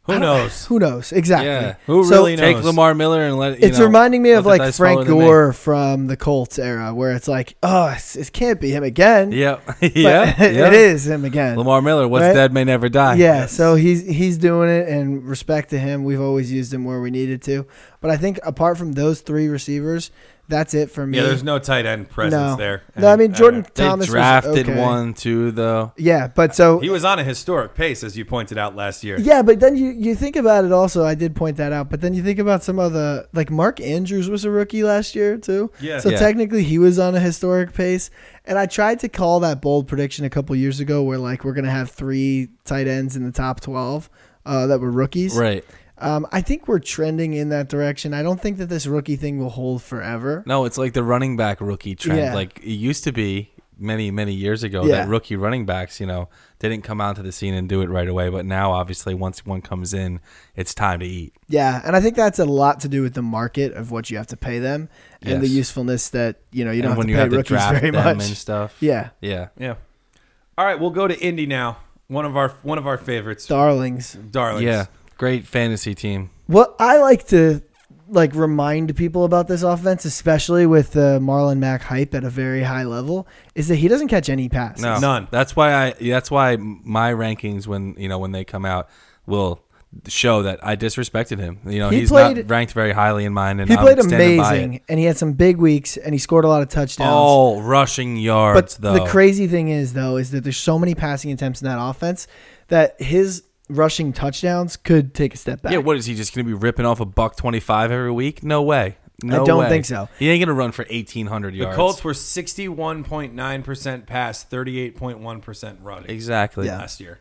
Who knows?
who knows exactly?
Yeah.
Who
So-
really knows?
Take Lamar Miller and let you
It's
know,
reminding me
let
of
the
like
dice
Frank
roll than they-
Gore from the Colts era, where it's like, oh, it's, it can't be him again.
Yeah.
But
yeah. yeah.
it is him again.
Lamar Miller, what's
Right?
dead may never die.
yeah, so he's he's doing it, and respect to him. We've always used him where we needed to, but I think apart from those three receivers, that's it for me.
Yeah, there's no tight end presence
no,
there.
No, I mean
And,
Jordan
uh,
They
Thomas was
drafted
okay.
one too, though.
Yeah, but so
he was on a historic pace, as you pointed out last year.
Yeah, but then you, you think about it also. I did point that out, but then you think about some of the like Mark Andrews was a rookie last year too.
Yeah.
So
Yeah.
technically he was on a historic pace. And I tried to call that bold prediction a couple years ago where like we're gonna have three tight ends in the top twelve uh, that were rookies.
Right.
Um, I think we're trending in that direction. I don't think that this rookie thing will hold forever.
No, it's like the running back rookie trend.
Yeah.
Like it used to be many, many years ago
Yeah.
that rookie running backs, you know, they didn't come onto the scene and do it right away. But now, obviously, once one comes in, it's time to eat.
Yeah, and I think that's a lot to do with the market of what you have to pay them and the
Yes.
usefulness that you know you don't
and
have
when
to
you
pay
have to
rookies
draft
very
them
much.
and stuff.
yeah,
Yeah.
Yeah. All right, we'll go to Indy now. One of our one of our favorites,
darlings.
darlings.
Yeah. Great fantasy team.
What I like to like remind people about this offense, especially with the Marlon Mack hype at a very high level, is that he doesn't catch any passes.
No,
None.
That's why I. That's why my rankings when you know when they come out will show that I disrespected him. You know,
He
he's
played-
not ranked very highly in mine, and
He
I'm
played
standing by it.
amazing, and he had some big weeks, and he scored a lot of touchdowns.
All rushing
but
yards, though.
the crazy thing is, though, is that there's so many passing attempts in that offense that his rushing touchdowns could take a step back.
yeah, what is he just going to be ripping off a buck twenty five every week? No way. No
don't
way.
think so.
He ain't going to run for eighteen hundred
The
yards.
Colts were 61.9% pass, 38.1% running
exactly.
Yeah.
last year.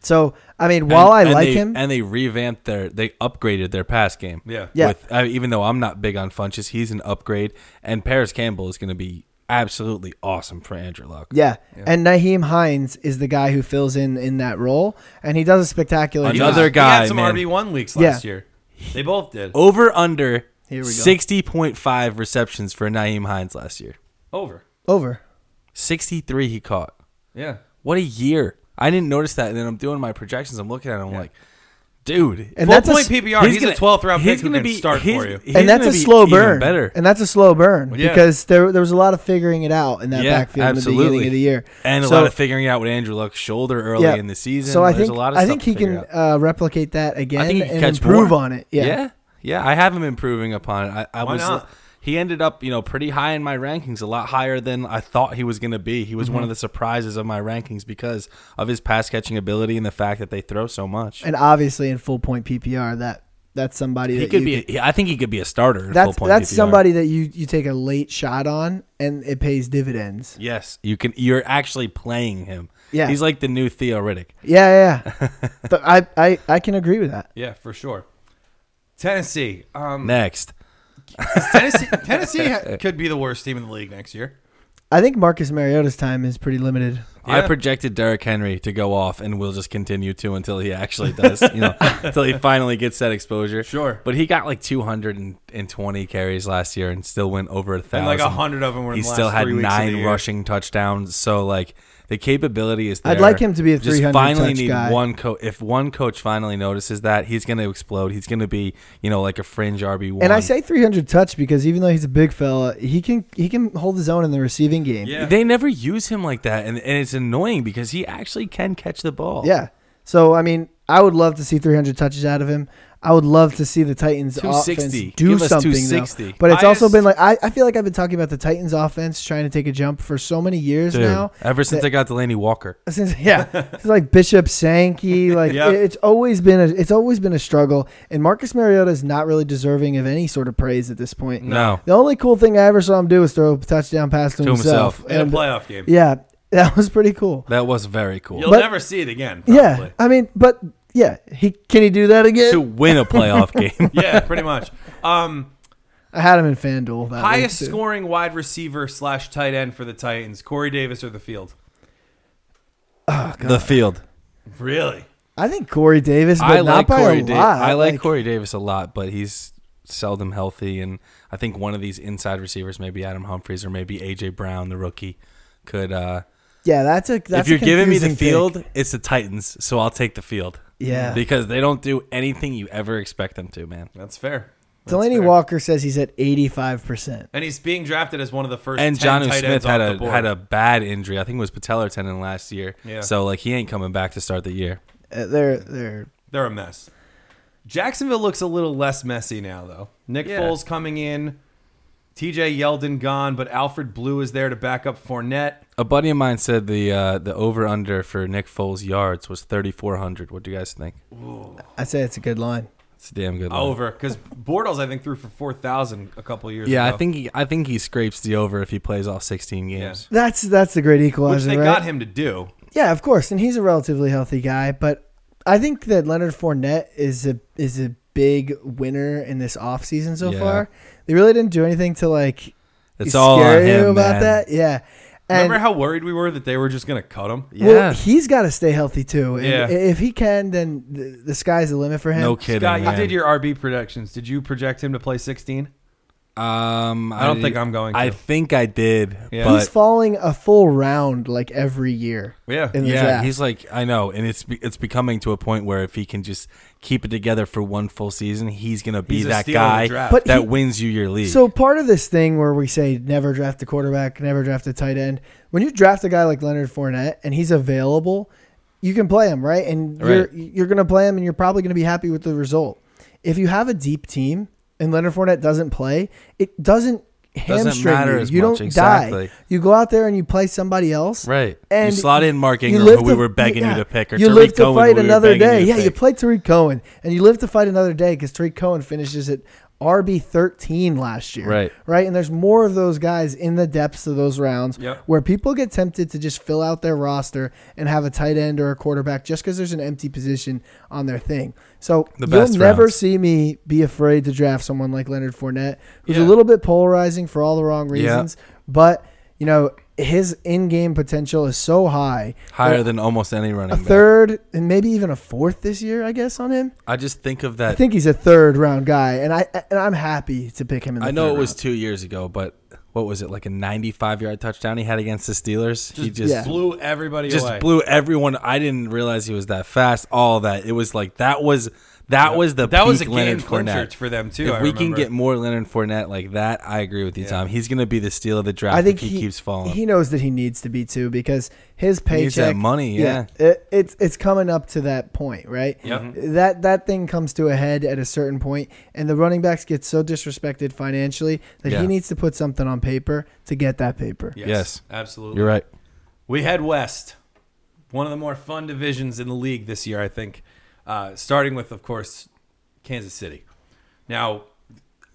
So I mean,
And-
while I
and
like
they-
him,
and they revamped their, they upgraded their pass game.
Yeah.
Yeah.
With, I even though I'm not big on Funches, he's an upgrade, and Paris Campbell is going to be absolutely awesome for Andrew Luck.
yeah. and Naheem Hines is the guy who fills in in that role, and he does a spectacular job.
Another
He
guy,
had some
man.
RB1 leaks
Yeah.
last year. They both did.
Over under
Here we go.
sixty point five receptions for Naeem Hines last year.
Over.
over.
Sixty three he caught.
Yeah.
What a year! I didn't notice that, and then I'm doing my projections. I'm looking at it. I'm like, dude,
Full
And that's a
point
s-
PPR. He's, a 12th round pick who
gonna
can start
he's-
for you.
he's
and that's
gonna
a
be
slow
even
burn.
Better.
And that's a slow burn
yeah.
because there there was a lot of figuring it out in that backfield in the beginning of the year.
and a
So-
lot of figuring out what Andrew Luck's shoulder early
yeah.
in the season.
So I
There's
think
a lot of
I
stuff
think
to
he
figure
can
out.
uh, replicate that again
I think he can
and
catch
improve
more.
on it.
yeah.
Yeah.
yeah, I have him improving upon it. I, I
Why
was
not?
he ended up you know pretty high in my rankings, a lot higher than I thought he was going to be. He was
Mm-hmm.
one of the surprises of my rankings because of his pass catching ability and the fact that they throw so much.
And obviously in full point PPR that that's somebody
he
that
could
you
be.
can-
I think he could be a starter. in
that's
full-point
that's
PPR.
somebody that you you take a late shot on and it pays dividends.
Yes, you can. You're actually playing him.
Yeah.
he's like the new theoretic.
Yeah, yeah. yeah. but I, I I can agree with that.
Yeah, for sure. Tennessee. Um,
Next,
Tennessee Tennessee ha- could be the worst team in the league next year.
I think Marcus Mariota's time is pretty limited.
I
Yeah.
projected Derrick Henry to go off, and will just continue to until he actually does. you know, until he finally gets that exposure.
Sure.
but he got like 220 carries last year, and still went over a thousand.
And like 100 of them were in
He
the last
still had
three weeks of the
nine
year.
rushing touchdowns. So like the capability is there.
I'd like him to be a
Just
300
finally
touch
need
guy.
one coach. If one coach finally notices that, he's going to explode. He's going to be you know like a fringe RB one.
And I say 300 touch because even though he's a big fella, he can he can hold his own in the receiving game.
Yeah.
They never use him like that, and, and it's annoying because he actually can catch the ball.
Yeah. So I mean, I would love to see 300 touches out of him. I would love to see the Titans offense
260.
do
Give us
something. though.
260.
But it's also
Highest-
been like I, I feel like I've been talking about the Titans offense trying to take a jump for so many years
Dude,
now.
ever since
that-
I got Delaney Walker,
Since yeah, it's like Bishop Sankey, like
Yeah.
it- it's always been a it's always been a struggle. And Marcus Mariota is not really deserving of any sort of praise at this point.
no,
The only cool thing I ever saw him do was throw a touchdown pass to,
To
himself.
himself.
In a
And-
playoff game.
Yeah, That was pretty cool.
That was very cool.
You'll
But-
never see it again.
Oh,
Yeah,
Probably.
I mean, but yeah, he can he do that again?
to win a playoff game.
Yeah, pretty much. Um,
I had him in FanDuel. That
highest
week, too.
scoring wide receiver slash tight end for the Titans: Corey Davis or the field?
the field.
Really?
I think Corey Davis, but
I
not
like
by
Corey.
a
Da-
lot.
I like, Corey Davis a lot, but he's seldom healthy, and I think one of these inside receivers, maybe Adam Humphries or maybe AJ Brown, the rookie, could. uh
Yeah, that's a.
If
That's
you're
a
giving me the
confusing
field,
pick.
it's the Titans, so I'll take the field.
Yeah.
because they don't do anything you ever expect them to, man.
That's fair. That's
Delaney
fair.
Walker says he's at eighty five percent.
and he's being drafted as one of the first.
And
10
John
tight
Smith
ends
had
off the
a
board.
had a bad injury. I think it was patellar tendon last year.
Yeah.
So like he ain't coming back to start the year.
Uh, they're they're
They're a mess. Jacksonville looks a little less messy now, though. Nick
Yeah.
Foles coming in. TJ Yeldon gone, but Alfred Blue is there to back up Fournette.
A buddy of mine said the uh, the over under for Nick Foles yards was thirty four hundred. What do you guys think?
I'd say it's a good line.
It's a damn good. line.
Over because Bortles, I think, threw for four thousand a couple years.
Yeah,
ago,
I think he, I think he scrapes the over if he plays all sixteen games.
That's that's a great
which
equalizer,
they
right?
got him to do.
Yeah, of course, and he's a relatively healthy guy, but I think that Leonard Fournette is a is a big winner in this offseason so
Yeah.
far. They really didn't do anything to like
It's all on
scare
him,
you about
man.
that. Yeah. And
Remember how worried we were that they were just going to cut him?
Yeah,
well, he's got to stay healthy too. And
Yeah.
If he can, then the, the sky's the limit for him.
no kidding.
Scott,
man.
you did your RB projections. Did you project him to play sixteen?
Um,
I don't think I'm going
I
to.
think I did.
Yeah.
but-
he's falling a full round like every year.
Yeah.
in the
yeah,
draft.
he's like I know, and it's be- it's becoming to a point where if he can just keep it together for one full season, he's gonna be
He's a
that
steal in the
guy
draft.
But
that
he-
wins you your league.
So part of this thing where we say never draft a quarterback, never draft a tight end. When you draft a guy like Leonard Fournette and he's available, you can play him right, and you're
Right.
you're gonna play him, and you're probably gonna be happy with the result. If you have a deep team and Leonard Fournette doesn't play, it doesn't
Doesn't
hamstring
matter
you.
as
you
much,
don't
exactly.
die. You go out there and you play somebody else,
right,
and
you slot in Mark
you
Ingram,
live
who we
to-
were begging
yeah,
you to pick, or
you
Tariq
live to
Cohen, who
fight
we were
another
begging
day.
You to
yeah, you
pick.
play Tariq Cohen, and you live to fight another day because Tariq Cohen finishes at RB thirteen last year.
Right.
right, and there's more of those guys in the depths of those rounds
Yep.
where people get tempted to just fill out their roster and have a tight end or a quarterback just because there's an empty position on their thing. So
The
you'll
best
never
rounds.
see me be afraid to draft someone like Leonard Fournette, who's a
Yeah.
little bit polarizing for all the wrong
Yeah.
reasons, but. You know, his in-game potential is so high
higher than almost any running
a
back.
third and maybe even a fourth this year, I guess, on him.
I just think of
I
that.
think he's a third round guy, and I and I'm happy to pick him in the
I know
third
it was
round.
two years ago, but what was it like a 95 yard touchdown he had against the Steelers? he just
Yeah.
Blew everybody
just
away.
blew everyone. I didn't realize he was that fast. All that it was like that was that was the
that was a
peak
game
Leonard
clincher
Fournette.
for them too.
If
I
we can
remember.
get more Leonard Fournette like that, I agree with you, Tom. He's going to be the steal of the draft
I think
if he, keeps falling.
He knows that he needs to be too because his paycheck,
needs that money,
it, it's it's coming up to that point, right?
Yep.
Mm-hmm.
That that thing comes to a head at a certain point, and the running backs get so disrespected financially that
Yeah.
he needs to put something on paper to get that paper.
yes,
Yes.
absolutely.
You're right.
We head west, one of the more fun divisions in the league this year, I think. Uh, starting with, of course, Kansas City. Now,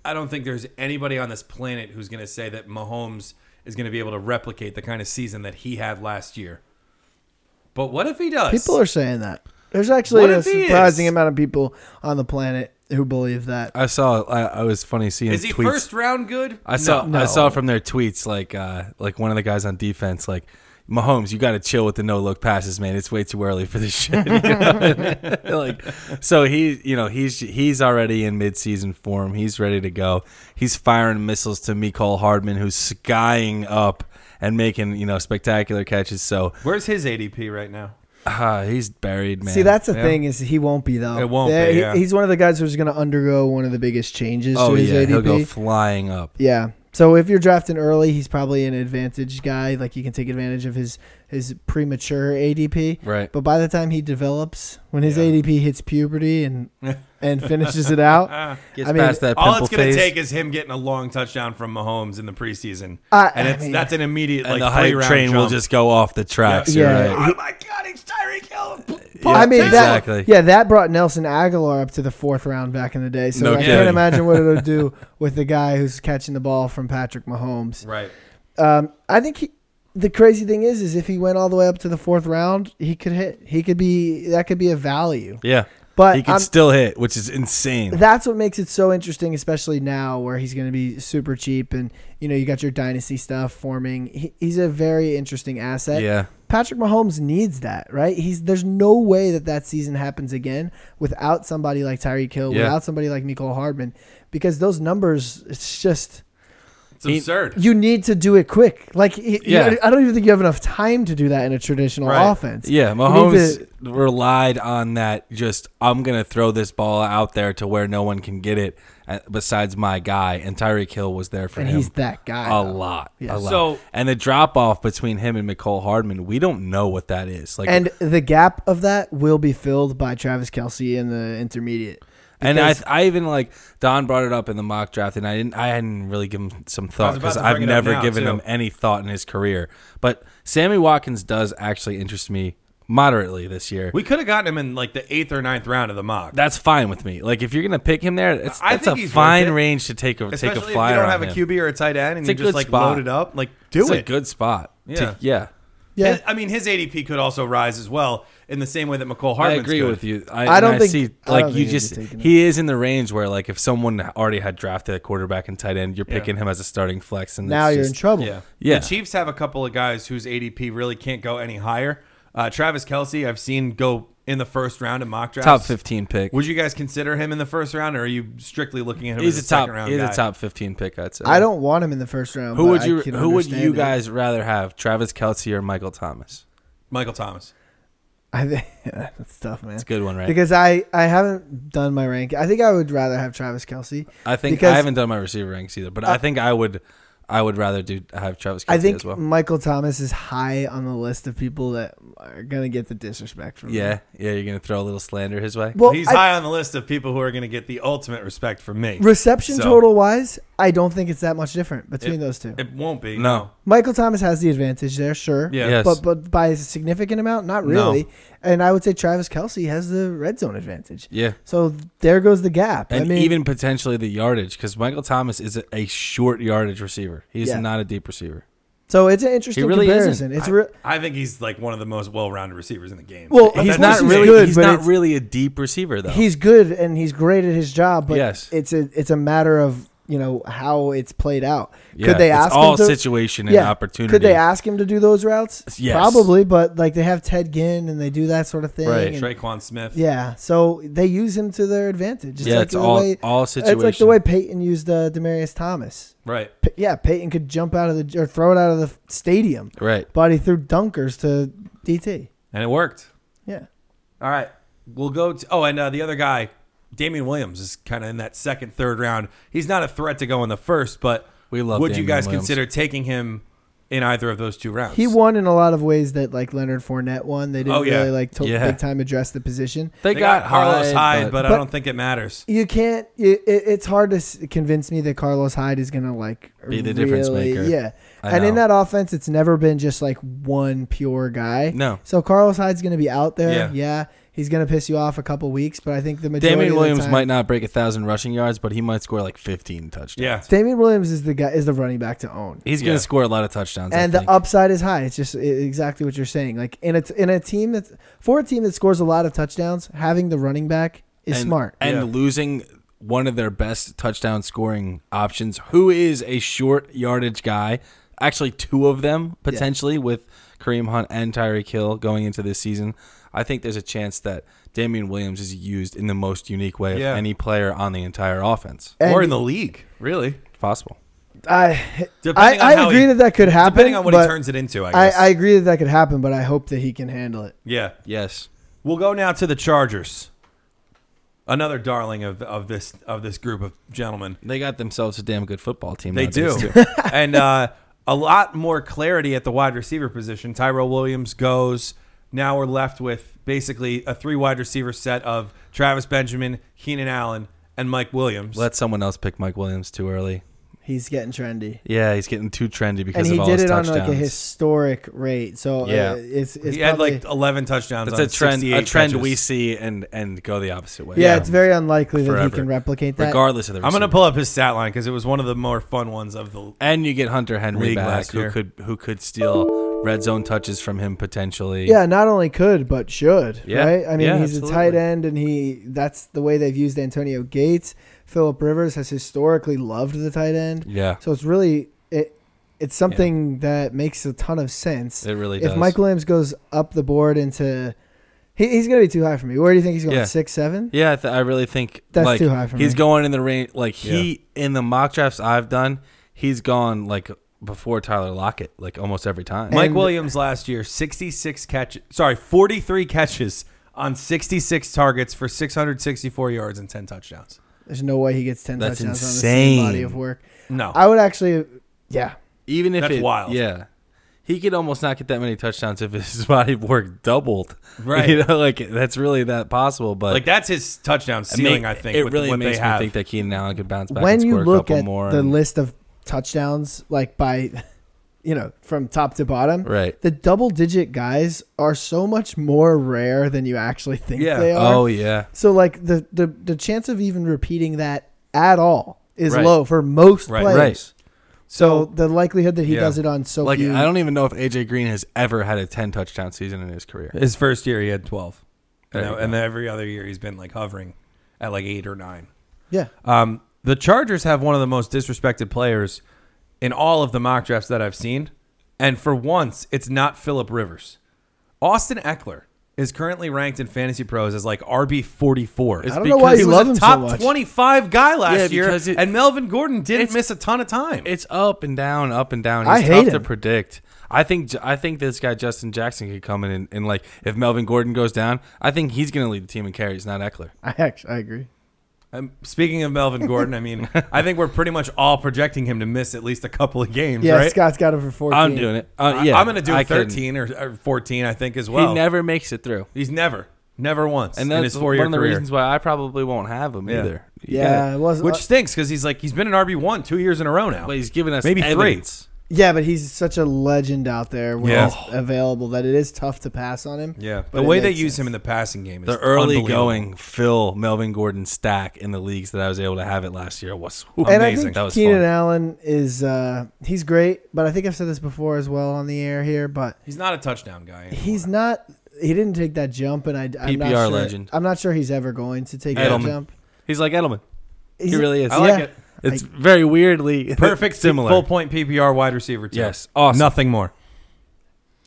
I don't think there's anybody on this planet who's going to say that Mahomes is going to be able to replicate the kind of season that he had last year. But what if he does?
People are saying that. There's actually
What
a
if he
surprising
is? Oh,
amount of people on the planet who believe that.
I saw. I, I was funny seeing
Is he
tweets. Uh,
first round good?
I saw.
No.
I saw from their tweets like uh, like one of the guys on defense like. Mahomes, you got to chill with the no look passes, man. It's way too early for this shit. You know what I mean? like, so he, you know, he's he's already in mid season form. He's ready to go. He's firing missiles to Mecole Hardman, who's skying up and making you know spectacular catches. So
Where's his ADP right now?
Ah, he's buried, man.
See, that's the
Yeah.
thing is he won't be though.
It won't
There-
be,
he-
yeah.
He's one of the guys who's going to undergo one of the biggest changes
oh
to his
yeah,
ADP.
he'll go flying up.
yeah. So if you're drafting early, he's probably an advantage guy. Like you can take advantage of his his premature ADP.
Right.
But by the time he develops, when his ADP hits puberty and and finishes it out,
Gets
I mean,
past that
All
pimple
it's going
phase.
to take is him getting a long touchdown from Mahomes in the preseason,
I-
and
Uh, I
it's
mean-
that's an immediate
and
like
the
three
hype
round
train will
jump.
just go off the tracks.
Yeah.
Yeah. You're right.
Oh my God! It's Tyreek Hill.
I mean
exactly.
that. Yeah, that brought Nelson Aguilar up to the fourth round back in the day. So
No
I
kidding.
can't imagine what it'll do with the guy who's catching the ball from Patrick Mahomes.
Right.
Um, I think he. the crazy thing is, is if he went all the way up to the fourth round, he could hit. He could be that could be a value.
Yeah.
But
he can
I'm-
still hit, which is insane.
That's what makes it so interesting, especially now where he's going to be super cheap, and you know you got your dynasty stuff forming. He, he's a very interesting asset.
yeah.
Patrick Mahomes needs that, right? He's there's no way that that season happens again without somebody like Tyreek Hill,
Yeah.
without somebody like Nicole Hardman, because those numbers, it's just
It's absurd.
you need to do it quick. Like, y- you-
Yeah.
I don't even think you have enough time to do that in a traditional
Right.
offense.
Yeah,
You need to-
Mahomes relied on that. Just I'm gonna throw this ball out there to where no one can get it uh, besides my guy. And Tyreek Hill was there for
and
him
he's that guy.
a
though.
lot,
Yeah.
a lot.
So-
and the drop off between him and Nicole Hardman, we don't know what that is. Like,
And the gap of that will be filled by Travis Kelsey in the intermediate.
and I,
because-
I even like Don brought it up in the mock draft, and I didn't, I hadn't really given him some
was
thought
about
because
to
I've
bring it up
never
now,
given
too.
him any thought in his career. But Sammy Watkins does actually interest me moderately this year.
We could have gotten him in like the eighth or ninth round of the mock.
That's fine with me. Like if you're gonna pick him there, it's
I
that's
think
a
he's worth
fine
it.
range to take a
Especially
take a
if you
flyer.
don't
on
have a
him.
QB or a tight end and
a
you
good
just like
spot.
load it up, like do
It's
it.
a good spot. to-
Yeah.
yeah.
Yeah.
His- I mean, his ADP could also rise as well in the same way that McCole
I
Hardman.
agree
could.
with you. I,
I don't
and
think-
see,
I
like
don't
you
think he'd be
just
taken
he is in the range where like if someone already had drafted a quarterback and tight end, you're
Yeah.
picking him as a starting flex, and
Now
it's
you're in
just-
trouble.
Yeah.
Yeah.
The Chiefs have a couple of guys whose ADP really can't go any higher. Uh, Travis Kelsey, I've seen go in the first round of mock drafts.
Top 15 pick.
Would you guys consider him in the first round, or are you strictly looking at him
he's
as
a top.
second round
He's
guy?
a top 15 pick. I'd say.
I don't want him in the first round.
Who
but
would
I
you?
can
Who would
understand
you
it.
guys rather have? Travis Kelsey or Michael Thomas?
Michael Thomas.
I think that's tough, man.
It's a good one, right?
Because I I haven't done my rank. I think I would rather have Travis Kelsey.
I think
because-
I haven't done my receiver ranks either, but I think I would. I would rather do have Travis Kelsey
I think
as well.
Michael Thomas is high on the list of people that are gonna get the disrespect from. him.
Yeah, yeah, you're gonna throw a little slander his way.
Mm-hmm. Well,
he's
I-
high on the list of people who are going to get the ultimate respect from me.
reception
So-
total wise, I don't think it's that much different between
It-
those two.
It won't be.
no,
Michael Thomas has the advantage there, sure.
Yeah.
Yes.
But but by a significant amount, not really. And I would say Travis Kelsey has the red zone advantage.
yeah,
So there goes the gap.
and
I mean,
even potentially the yardage because Michael Thomas is a, a short yardage receiver. He's
Yeah.
not a deep receiver.
so it's an interesting
He really
comparison.
isn't.
It's re-
I think he's like one of the most well-rounded receivers in the game.
Well, Of
He's
course
not
he's
really.
good,
he's
but
not
it's-
really a deep receiver though.
he's good and he's great at his job, but
Yes.
it's a it's a matter of you know how it's played out.
Yeah,
could they
it's
ask
all
him to,
situation and
Yeah.
opportunity?
Could they ask him to do those routes?
Yes.
Probably, but like they have Ted Ginn and they do that sort of thing.
Right.
and-
Traquan Smith.
Yeah, so they use him to their advantage. It's
yeah,
like
it's
the
all
way,
all situation.
It's like the way Peyton used uh, Demarius Thomas.
Right.
P- yeah, Peyton could jump out of the or throw it out of the stadium,
right.
but he threw dunkers to DT.
And it worked.
Yeah,
All right. We'll go to. Oh, and uh, the other guy, Damian Williams, is kind of in that second, third round. He's not a threat to go in the first, but
We love
would you
Damian
guys
Williams.
consider taking him in either of those two rounds?
he won in a lot of ways that like Leonard Fournette won. They didn't
Oh, yeah.
really like to-
Yeah.
big time address the position.
They,
They got, Carlos Hyde, but, uh, I
but-
don't think it matters.
You can't. It, it, it's hard to s- convince me that Carlos Hyde is gonna like
Be the difference
really-
maker.
Yeah,
I
and in
know.
that offense, it's never been just like one pure guy.
no.
So Carlos Hyde's going to be out there.
Yeah.
Yeah. He's going to piss you off a couple weeks, but I think the majority
Damian
of the
Williams
time-
might not break a thousand rushing yards, but he might score like 15 touchdowns.
Yeah.
Damian Williams is the guy is the running back to own.
He's
Yeah.
going to score a lot of touchdowns.
And
I
the
think.
upside is high. It's just i exactly what you're saying. Like in a t- in a team that's for a team that scores a lot of touchdowns, having the running back is
and,
smart.
And
Yeah.
losing one of their best touchdown scoring options, who is a short yardage guy, actually two of them potentially with Kareem Hunt and Tyreek Hill going into this season. I think there's a chance that Damian Williams is used in the most unique way
Yeah.
of any player on the entire offense.
And
or in the league, really.
It's possible.
I I,
Depending on
I
how
agree
he-
that that could happen.
Depending on what
but
he turns it into, I
I,
guess.
I agree that that could happen, but I hope that he can handle it.
yeah.
Yes.
We'll go now to the Chargers. Another darling of, of this of this group of gentlemen.
They got themselves a damn good football team.
They
nowadays,
do.
too.
and uh, a lot more clarity at the wide receiver position. Tyrell Williams goes. Now we're left with basically a three wide receiver set of Travis Benjamin, Keenan Allen, and Mike Williams.
Let someone else pick Mike Williams too early.
He's getting trendy.
Yeah, he's getting too trendy because
And
of
he
all
did
his
it on
touchdowns.
like a historic rate. So
Yeah.
uh, it's, it's
he had
probably-
like 11 touchdowns.
That's
on
a trend. A
68
trend
catches.
we see and and go the opposite way.
Yeah, it's very unlikely that he
Forever.
can replicate that.
regardless of the.
I'm going to
receiver.
pull up his stat line because it was one of the more fun ones of the.
And you get Hunter Henry
League
back,
last
who
year.
could who could steal red zone touches from him potentially.
Yeah, not only could but should.
Yeah.
Right? I mean,
Yeah,
he's a
absolutely.
tight end, and he that's the way they've used Antonio Gates. Philip Rivers has historically loved the tight end,
Yeah.
so it's really it. It's something that makes a ton of sense.
It really
if
does.
Mike Williams goes up the board into, he, he's going to be too high for me. Where do you think he's going?
Yeah.
Six, seven?
Yeah, I, th- I really think
That's
like,
too high for
He's
me.
going in the range. Like he in the mock drafts I've done, he's gone like before Tyler Lockett, like almost every time.
Mike
And-
Williams last year, 66 catches, sorry, 43 catches on 66 targets for 664 yards and 10 touchdowns.
There's no way he gets ten
That's
touchdowns on the same body
insane.
of work.
No.
I would actually, yeah,
Even if
That's
it,
wild.
Yeah, he could almost not get that many touchdowns if his body of work doubled.
Right.
You know, like that's really that possible. But
like, that's his touchdown
it ma-
ceiling, I think.
it
with
really
what
makes
they
me
have.
think that Keenan Allen could bounce back.
when
and
you
score a
look
couple
at
more
the
and-
list of touchdowns, like by, you know, from top to bottom,
Right.
The double digit guys are so much more rare than you actually think
Yeah.
they are.
Oh yeah.
So like the the the chance of even repeating that at all is
Right.
low for most
Right.
players.
Right.
So the likelihood that he
Yeah.
does it on so
Like
few,
I don't even know if AJ Green has ever had a ten touchdown season in his career.
His first year, he had 12. And,
There you
then- and then every other year, he's been like hovering at like eight or nine.
yeah.
Um, the Chargers have one of the most disrespected players in all of the mock drafts that I've seen. And for once, it's not Philip Rivers. Austin Eckler is currently ranked in Fantasy Pros as like RB 44.
I don't know why
he
you
was
love
a
him
top
so much.
25 guy last
Yeah,
year,
because it-
and Melvin Gordon didn't
It's-
miss a ton of time.
It's up and down, up and down. It's
I
tough
hate
to
him.
predict. I think I think this guy Justin Jackson could come in and, and like if Melvin Gordon goes down, I think he's going to lead the team in carries, not Eckler.
I actually I agree.
Um, speaking of Melvin Gordon, I mean, I think we're pretty much all projecting him to miss at least a couple of games,
Yeah,
right?
Scott's got him for fourteen.
I'm doing it. Uh,
I-
yeah,
I'm going to do
I couldn't.
13 or, or 14, I think, as
He
well.
never makes it through,
He's never, never once
and
in
that's
his
one
four-year
of the
career.
reasons why I probably won't have him
Yeah.
either. You
Yeah,
gotta-
it was
Which
uh,
stinks because he's like he's been an RB one two years in a row now.
but he's given us
Maybe three.
evidence.
yeah, but he's such a legend out there when
Yeah.
he's available that it is tough to pass on him.
yeah,
but
the
it
way they
makes
use
sense.
him in the passing game is
The early
unbelievable.
going Phil Melvin Gordon stack in the leagues that I was able to have it last year was
And I
Amazing.
think
That was
Keenan
fun.
Allen is uh, he's great, but I think I've said this before as well on the air here, but
He's not a touchdown guy. anymore.
He's not. He didn't take that jump, and I, am not
PPR
sure,
legend.
I'm not sure he's ever going to take
Edelman.
that jump.
he's like Edelman.
He's-
He really is.
I like
yeah.
it.
It's very weirdly
Perfect,
similar.
full point PPR wide receiver. Too.
Yes, awesome.
nothing more.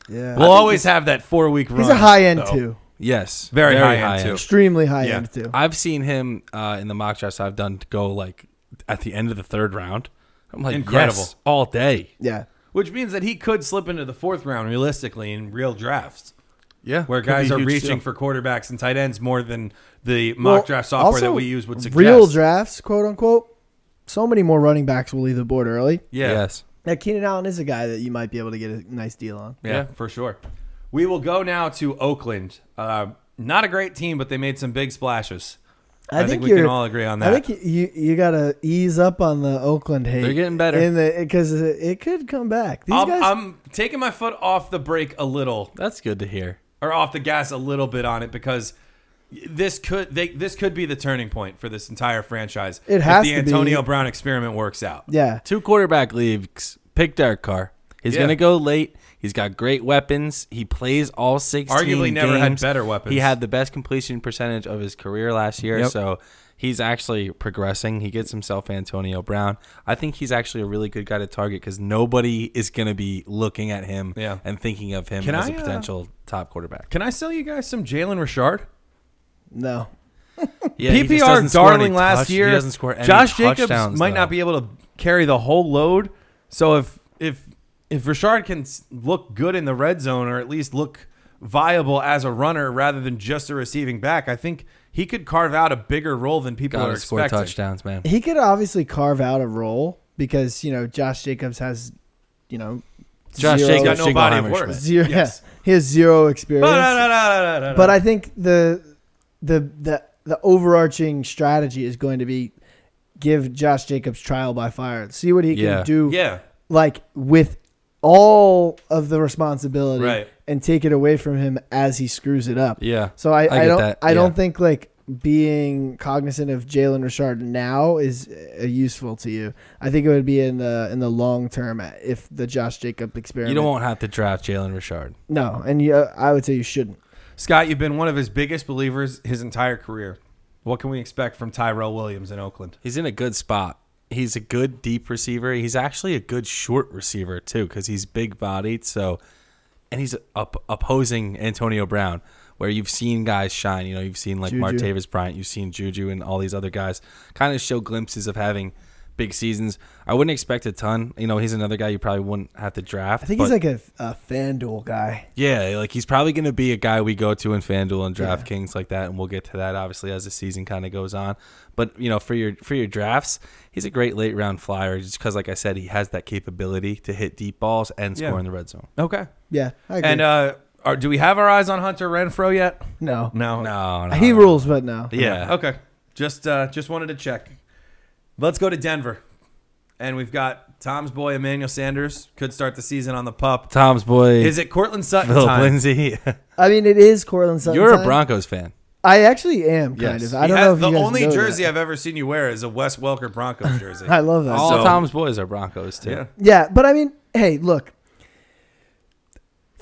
Yeah,
We'll always have that four week run.
he's a high end
though.
too,
Yes,
Very high-end, too.
extremely high
Yeah.
end too.
I've seen him uh, in the mock drafts I've done go like at the end of the third round. I'm like
Incredible.
incredible all day.
Yeah,
Which means that he could slip into the fourth round realistically in real drafts,
Yeah,
where guys are reaching for quarterbacks and tight ends more than the mock
Well,
draft software that
also,
we use would suggest.
real drafts, quote unquote. So many more running backs will leave the board early.
yeah,
Yes,
Now Keenan Allen is a guy that you might be able to get a nice deal on.
Yeah, for sure. We will go now to Oakland. Uh, not a great team, but they made some big splashes. I, think, we can
you're-
all agree on
I
that.
think you you gotta ease up on the Oakland hate.
They're getting better.
in the because it, it could come back. These
I'm,
guys,
I'm taking my foot off the brake a little,
that's good to hear.
or off the gas a little bit on it because this could they, this could be the turning point for this entire franchise.
It has
if the
to be.
Antonio Brown experiment works out.
yeah,
Two quarterback leagues. Pick Derek Carr. He's
Yeah.
gonna go late. He's got great weapons. He plays all sixteen.
Arguably never had
games.
better weapons.
He had the best completion percentage of his career last year.
Yep.
So he's actually progressing. He gets himself Antonio Brown. I think he's actually a really good guy to target because nobody is gonna be looking at him
Yeah.
and thinking of him
Can
as
I,
a
uh,
potential top quarterback.
Can I sell you guys some Jalen Richard?
no.
Yeah, he just doesn't
PPR
score any
darling last
touch-
year.
He doesn't score any
Josh Jacobs
touchdowns,
might not
though.
be able to carry the whole load. So if if if Richard can s- look good in the red zone or at least look viable as a runner rather than just a receiving back, I think he could carve out a bigger role than people are
gotta score
expecting.
touchdowns, man.
he could obviously carve out a role because you know Josh Jacobs has, you know,
Josh
zero,
Jacobs
Got no body of
Schottenheimer
work.
Schmidt.
zero- yeah,
Yes.
he has zero experience.
Ba-da-da-da-da-da-da.
But I think the the the the overarching strategy is going to be give Josh Jacobs trial by fire, see what he
Yeah.
can do,
yeah,
like with all of the responsibility,
Right.
and take it away from him as he screws it up.
Yeah.
So I,
I
I,
get
don't
that,
I don't
yeah.
think like being cognizant of Jalen Richard now is uh, useful to you. I think it would be in the in the long term if the Josh Jacob experiment.
You don't won't have to draft Jalen Richard.
no, and you, I would say you shouldn't.
Scott, you've been one of his biggest believers his entire career. What can we expect from Tyrell Williams in Oakland?
He's in a good spot. He's a good deep receiver. He's actually a good short receiver too, because he's big bodied. So, and he's up, opposing Antonio Brown, where you've seen guys shine. You know, you've seen like
Juju.
Martavis Bryant, you've seen Juju, and all these other guys kind of show glimpses of having big seasons. I wouldn't expect a ton. You know, he's another guy you probably wouldn't have to draft.
I think he's like a, a FanDuel guy.
Yeah, like he's probably going to be a guy we go to in FanDuel and DraftKings like that, and we'll get to that obviously as the season kind of goes on. But you know, for your for your drafts, he's a great late round flyer just because, like I said, he has that capability to hit deep balls and score
Yeah.
in the red zone.
Okay.
Yeah, I agree.
And uh, are, do we have our eyes on Hunter Renfro yet?
no,
No.
No, no,
he rules, but no.
yeah,
Okay. Just uh, just wanted to check. Let's go to Denver, and we've got Tom's boy Emmanuel Sanders could start the season on the pup.
Tom's boy
Is it Cortland Sutton
Philip
time?
Lindsay.
I mean, it is Cortland Sutton.
You're a
time.
Broncos fan.
I actually am kind
Yes.
of. I don't
He
know
has-
if
the
you guys
only
know
jersey
that.
I've ever seen you wear is a Wes Welker Broncos jersey.
I love that.
All
So-
Tom's boys are Broncos too.
yeah.
Yeah, but I mean, hey, look.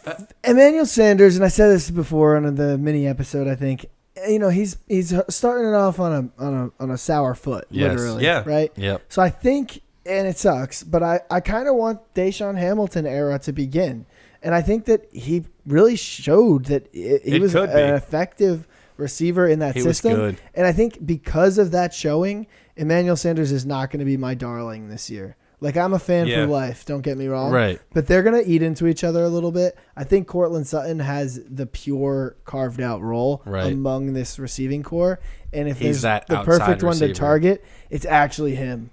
Uh,
Emmanuel Sanders, and I said this before on the mini episode, I think. You know, he's he's starting it off on a on a on a sour foot,
Yes.
literally.
Yeah.
Right?
Yep.
So I think and it sucks, but I, I kinda want Deshaun Hamilton era to begin. And I think that he really showed that i he
It
was
could
an
be.
effective receiver in that
He was
system.
good.
And I think because of that showing, Emmanuel Sanders is not going to be my darling this year. Like I'm a fan
Yeah.
for life. Don't get me wrong.
Right.
But they're gonna eat into each other a little bit. I think Cortland Sutton has the pure carved out role
Right.
among this receiving core, and if
He's
there's
that
the
outside
perfect one to
receiver.
target, it's actually him,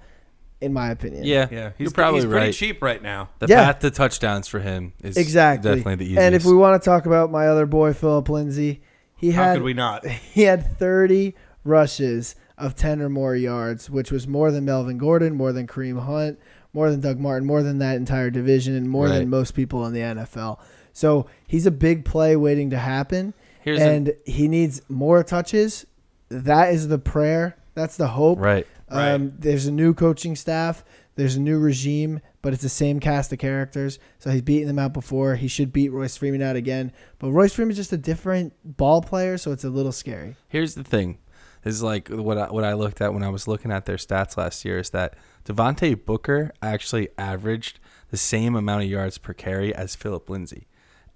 in my opinion.
Yeah,
Yeah. He's
You're probably
he's pretty
right.
cheap right now.
The
Yeah.
path to touchdowns for him is
Exactly.
definitely the easiest.
And if we want to talk about my other boy Philip Lindsay, he
How
had
could we not?
he had 30 rushes of 10 or more yards, which was more than Melvin Gordon, more than Kareem Hunt, more than Doug Martin, more than that entire division, and more
Right.
than most people in the NFL. So he's a big play waiting to happen,
Here's an-
and he needs more touches. That is the prayer. That's the hope.
right,
Um, there's a new coaching staff. There's a new regime, but it's the same cast of characters. So he's beaten them out before. He should beat Royce Freeman out again. But Royce Freeman's just a different ball player, so it's a little scary.
Here's the thing. This is like what I, what I looked at when I was looking at their stats last year is that Devontae Booker actually averaged the same amount of yards per carry as Philip Lindsay.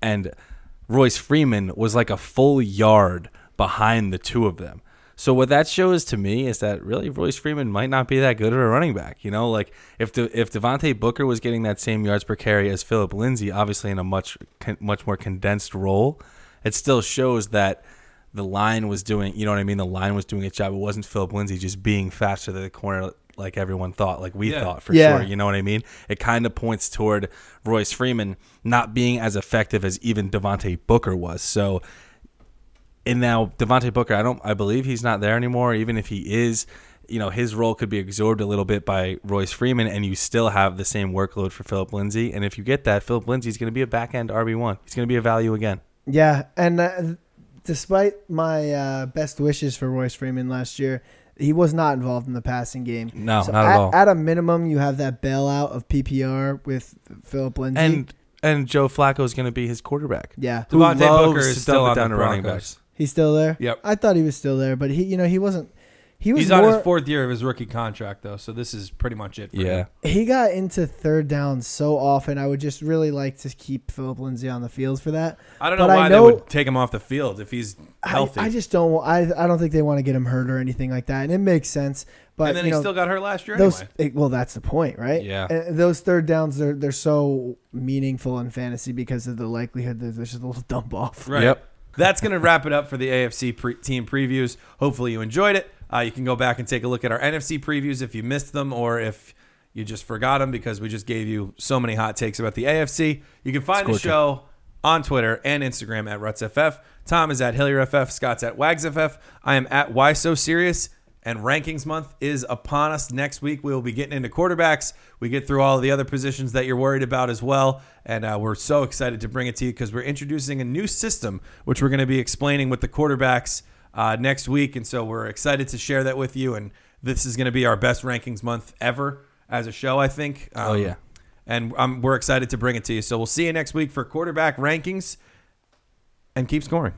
And Royce Freeman was like a full yard behind the two of them. So what that shows to me is that really Royce Freeman might not be that good at a running back. You know, like if the if Devontae Booker was getting that same yards per carry as Philip Lindsay, obviously in a much con- much more condensed role, it still shows that the line was doing, you know what I mean? The line was doing its job. It wasn't Philip Lindsay just being faster than the corner like everyone thought, like we
Yeah.
thought for
Yeah.
sure. You know what I mean? It kind of points toward Royce Freeman not being as effective as even Devontae Booker was. So, and now Devontae Booker, I don't, I believe he's not there anymore. Even if he is, you know, his role could be absorbed a little bit by Royce Freeman, and you still have the same workload for Philip Lindsay. And if you get that, Philip Lindsay's going to be a back end RB one. He's going to be a value again.
Yeah, and uh, despite my uh, best wishes for Royce Freeman last year, he was not involved in the passing game.
No, not at all.
At a minimum, you have that bailout of PPR with Philip Lindsay.
And and Joe Flacco is going to be his quarterback.
yeah,
Who Devontae
loves
Booker
to
is
dump
still
it
on
down
the
to running
Broncos.
backs.
he's still there.
Yep.
I thought he was still there, but he, you know, he wasn't. He was
He's
more,
on his fourth year of his rookie contract though, so this is pretty much it. For
Yeah.
him.
he got into third down so often. I would just really like to keep Philip Lindsay on the field for that.
I don't know
But I
why
know-
they would take him off the field if he's
I,
healthy.
I just don't. wa- I I don't think they want to get him hurt or anything like that, and it makes sense. But
and then
you
he
know,
still got hurt last year
those
anyway.
eh, well, that's the point, right?
Yeah.
And those third downs, they're they're so meaningful in fantasy because of the likelihood that there's just a little dump off.
Right.
Yep.
That's going to wrap it up for the AFC pre- team previews. Hopefully, you enjoyed it. Uh, you can go back and take a look at our NFC previews if you missed them or if you just forgot them because we just gave you so many hot takes about the AFC. You can find the
Scorching.
show on Twitter and Instagram at RutsFF. Tom is at HillierFF. Scott's at WagsFF. I am at Why So Serious. And rankings month is upon us. Next week, we will be getting into quarterbacks. We get through all the other positions that you're worried about as well. And uh, we're so excited to bring it to you because we're introducing a new system, which we're going to be explaining with the quarterbacks uh, next week. And so we're excited to share that with you. And this is going to be our best rankings month ever as a show, I think. Um,
Oh, yeah.
And um, we're excited to bring it to you. So we'll see you next week for quarterback rankings and keep scoring.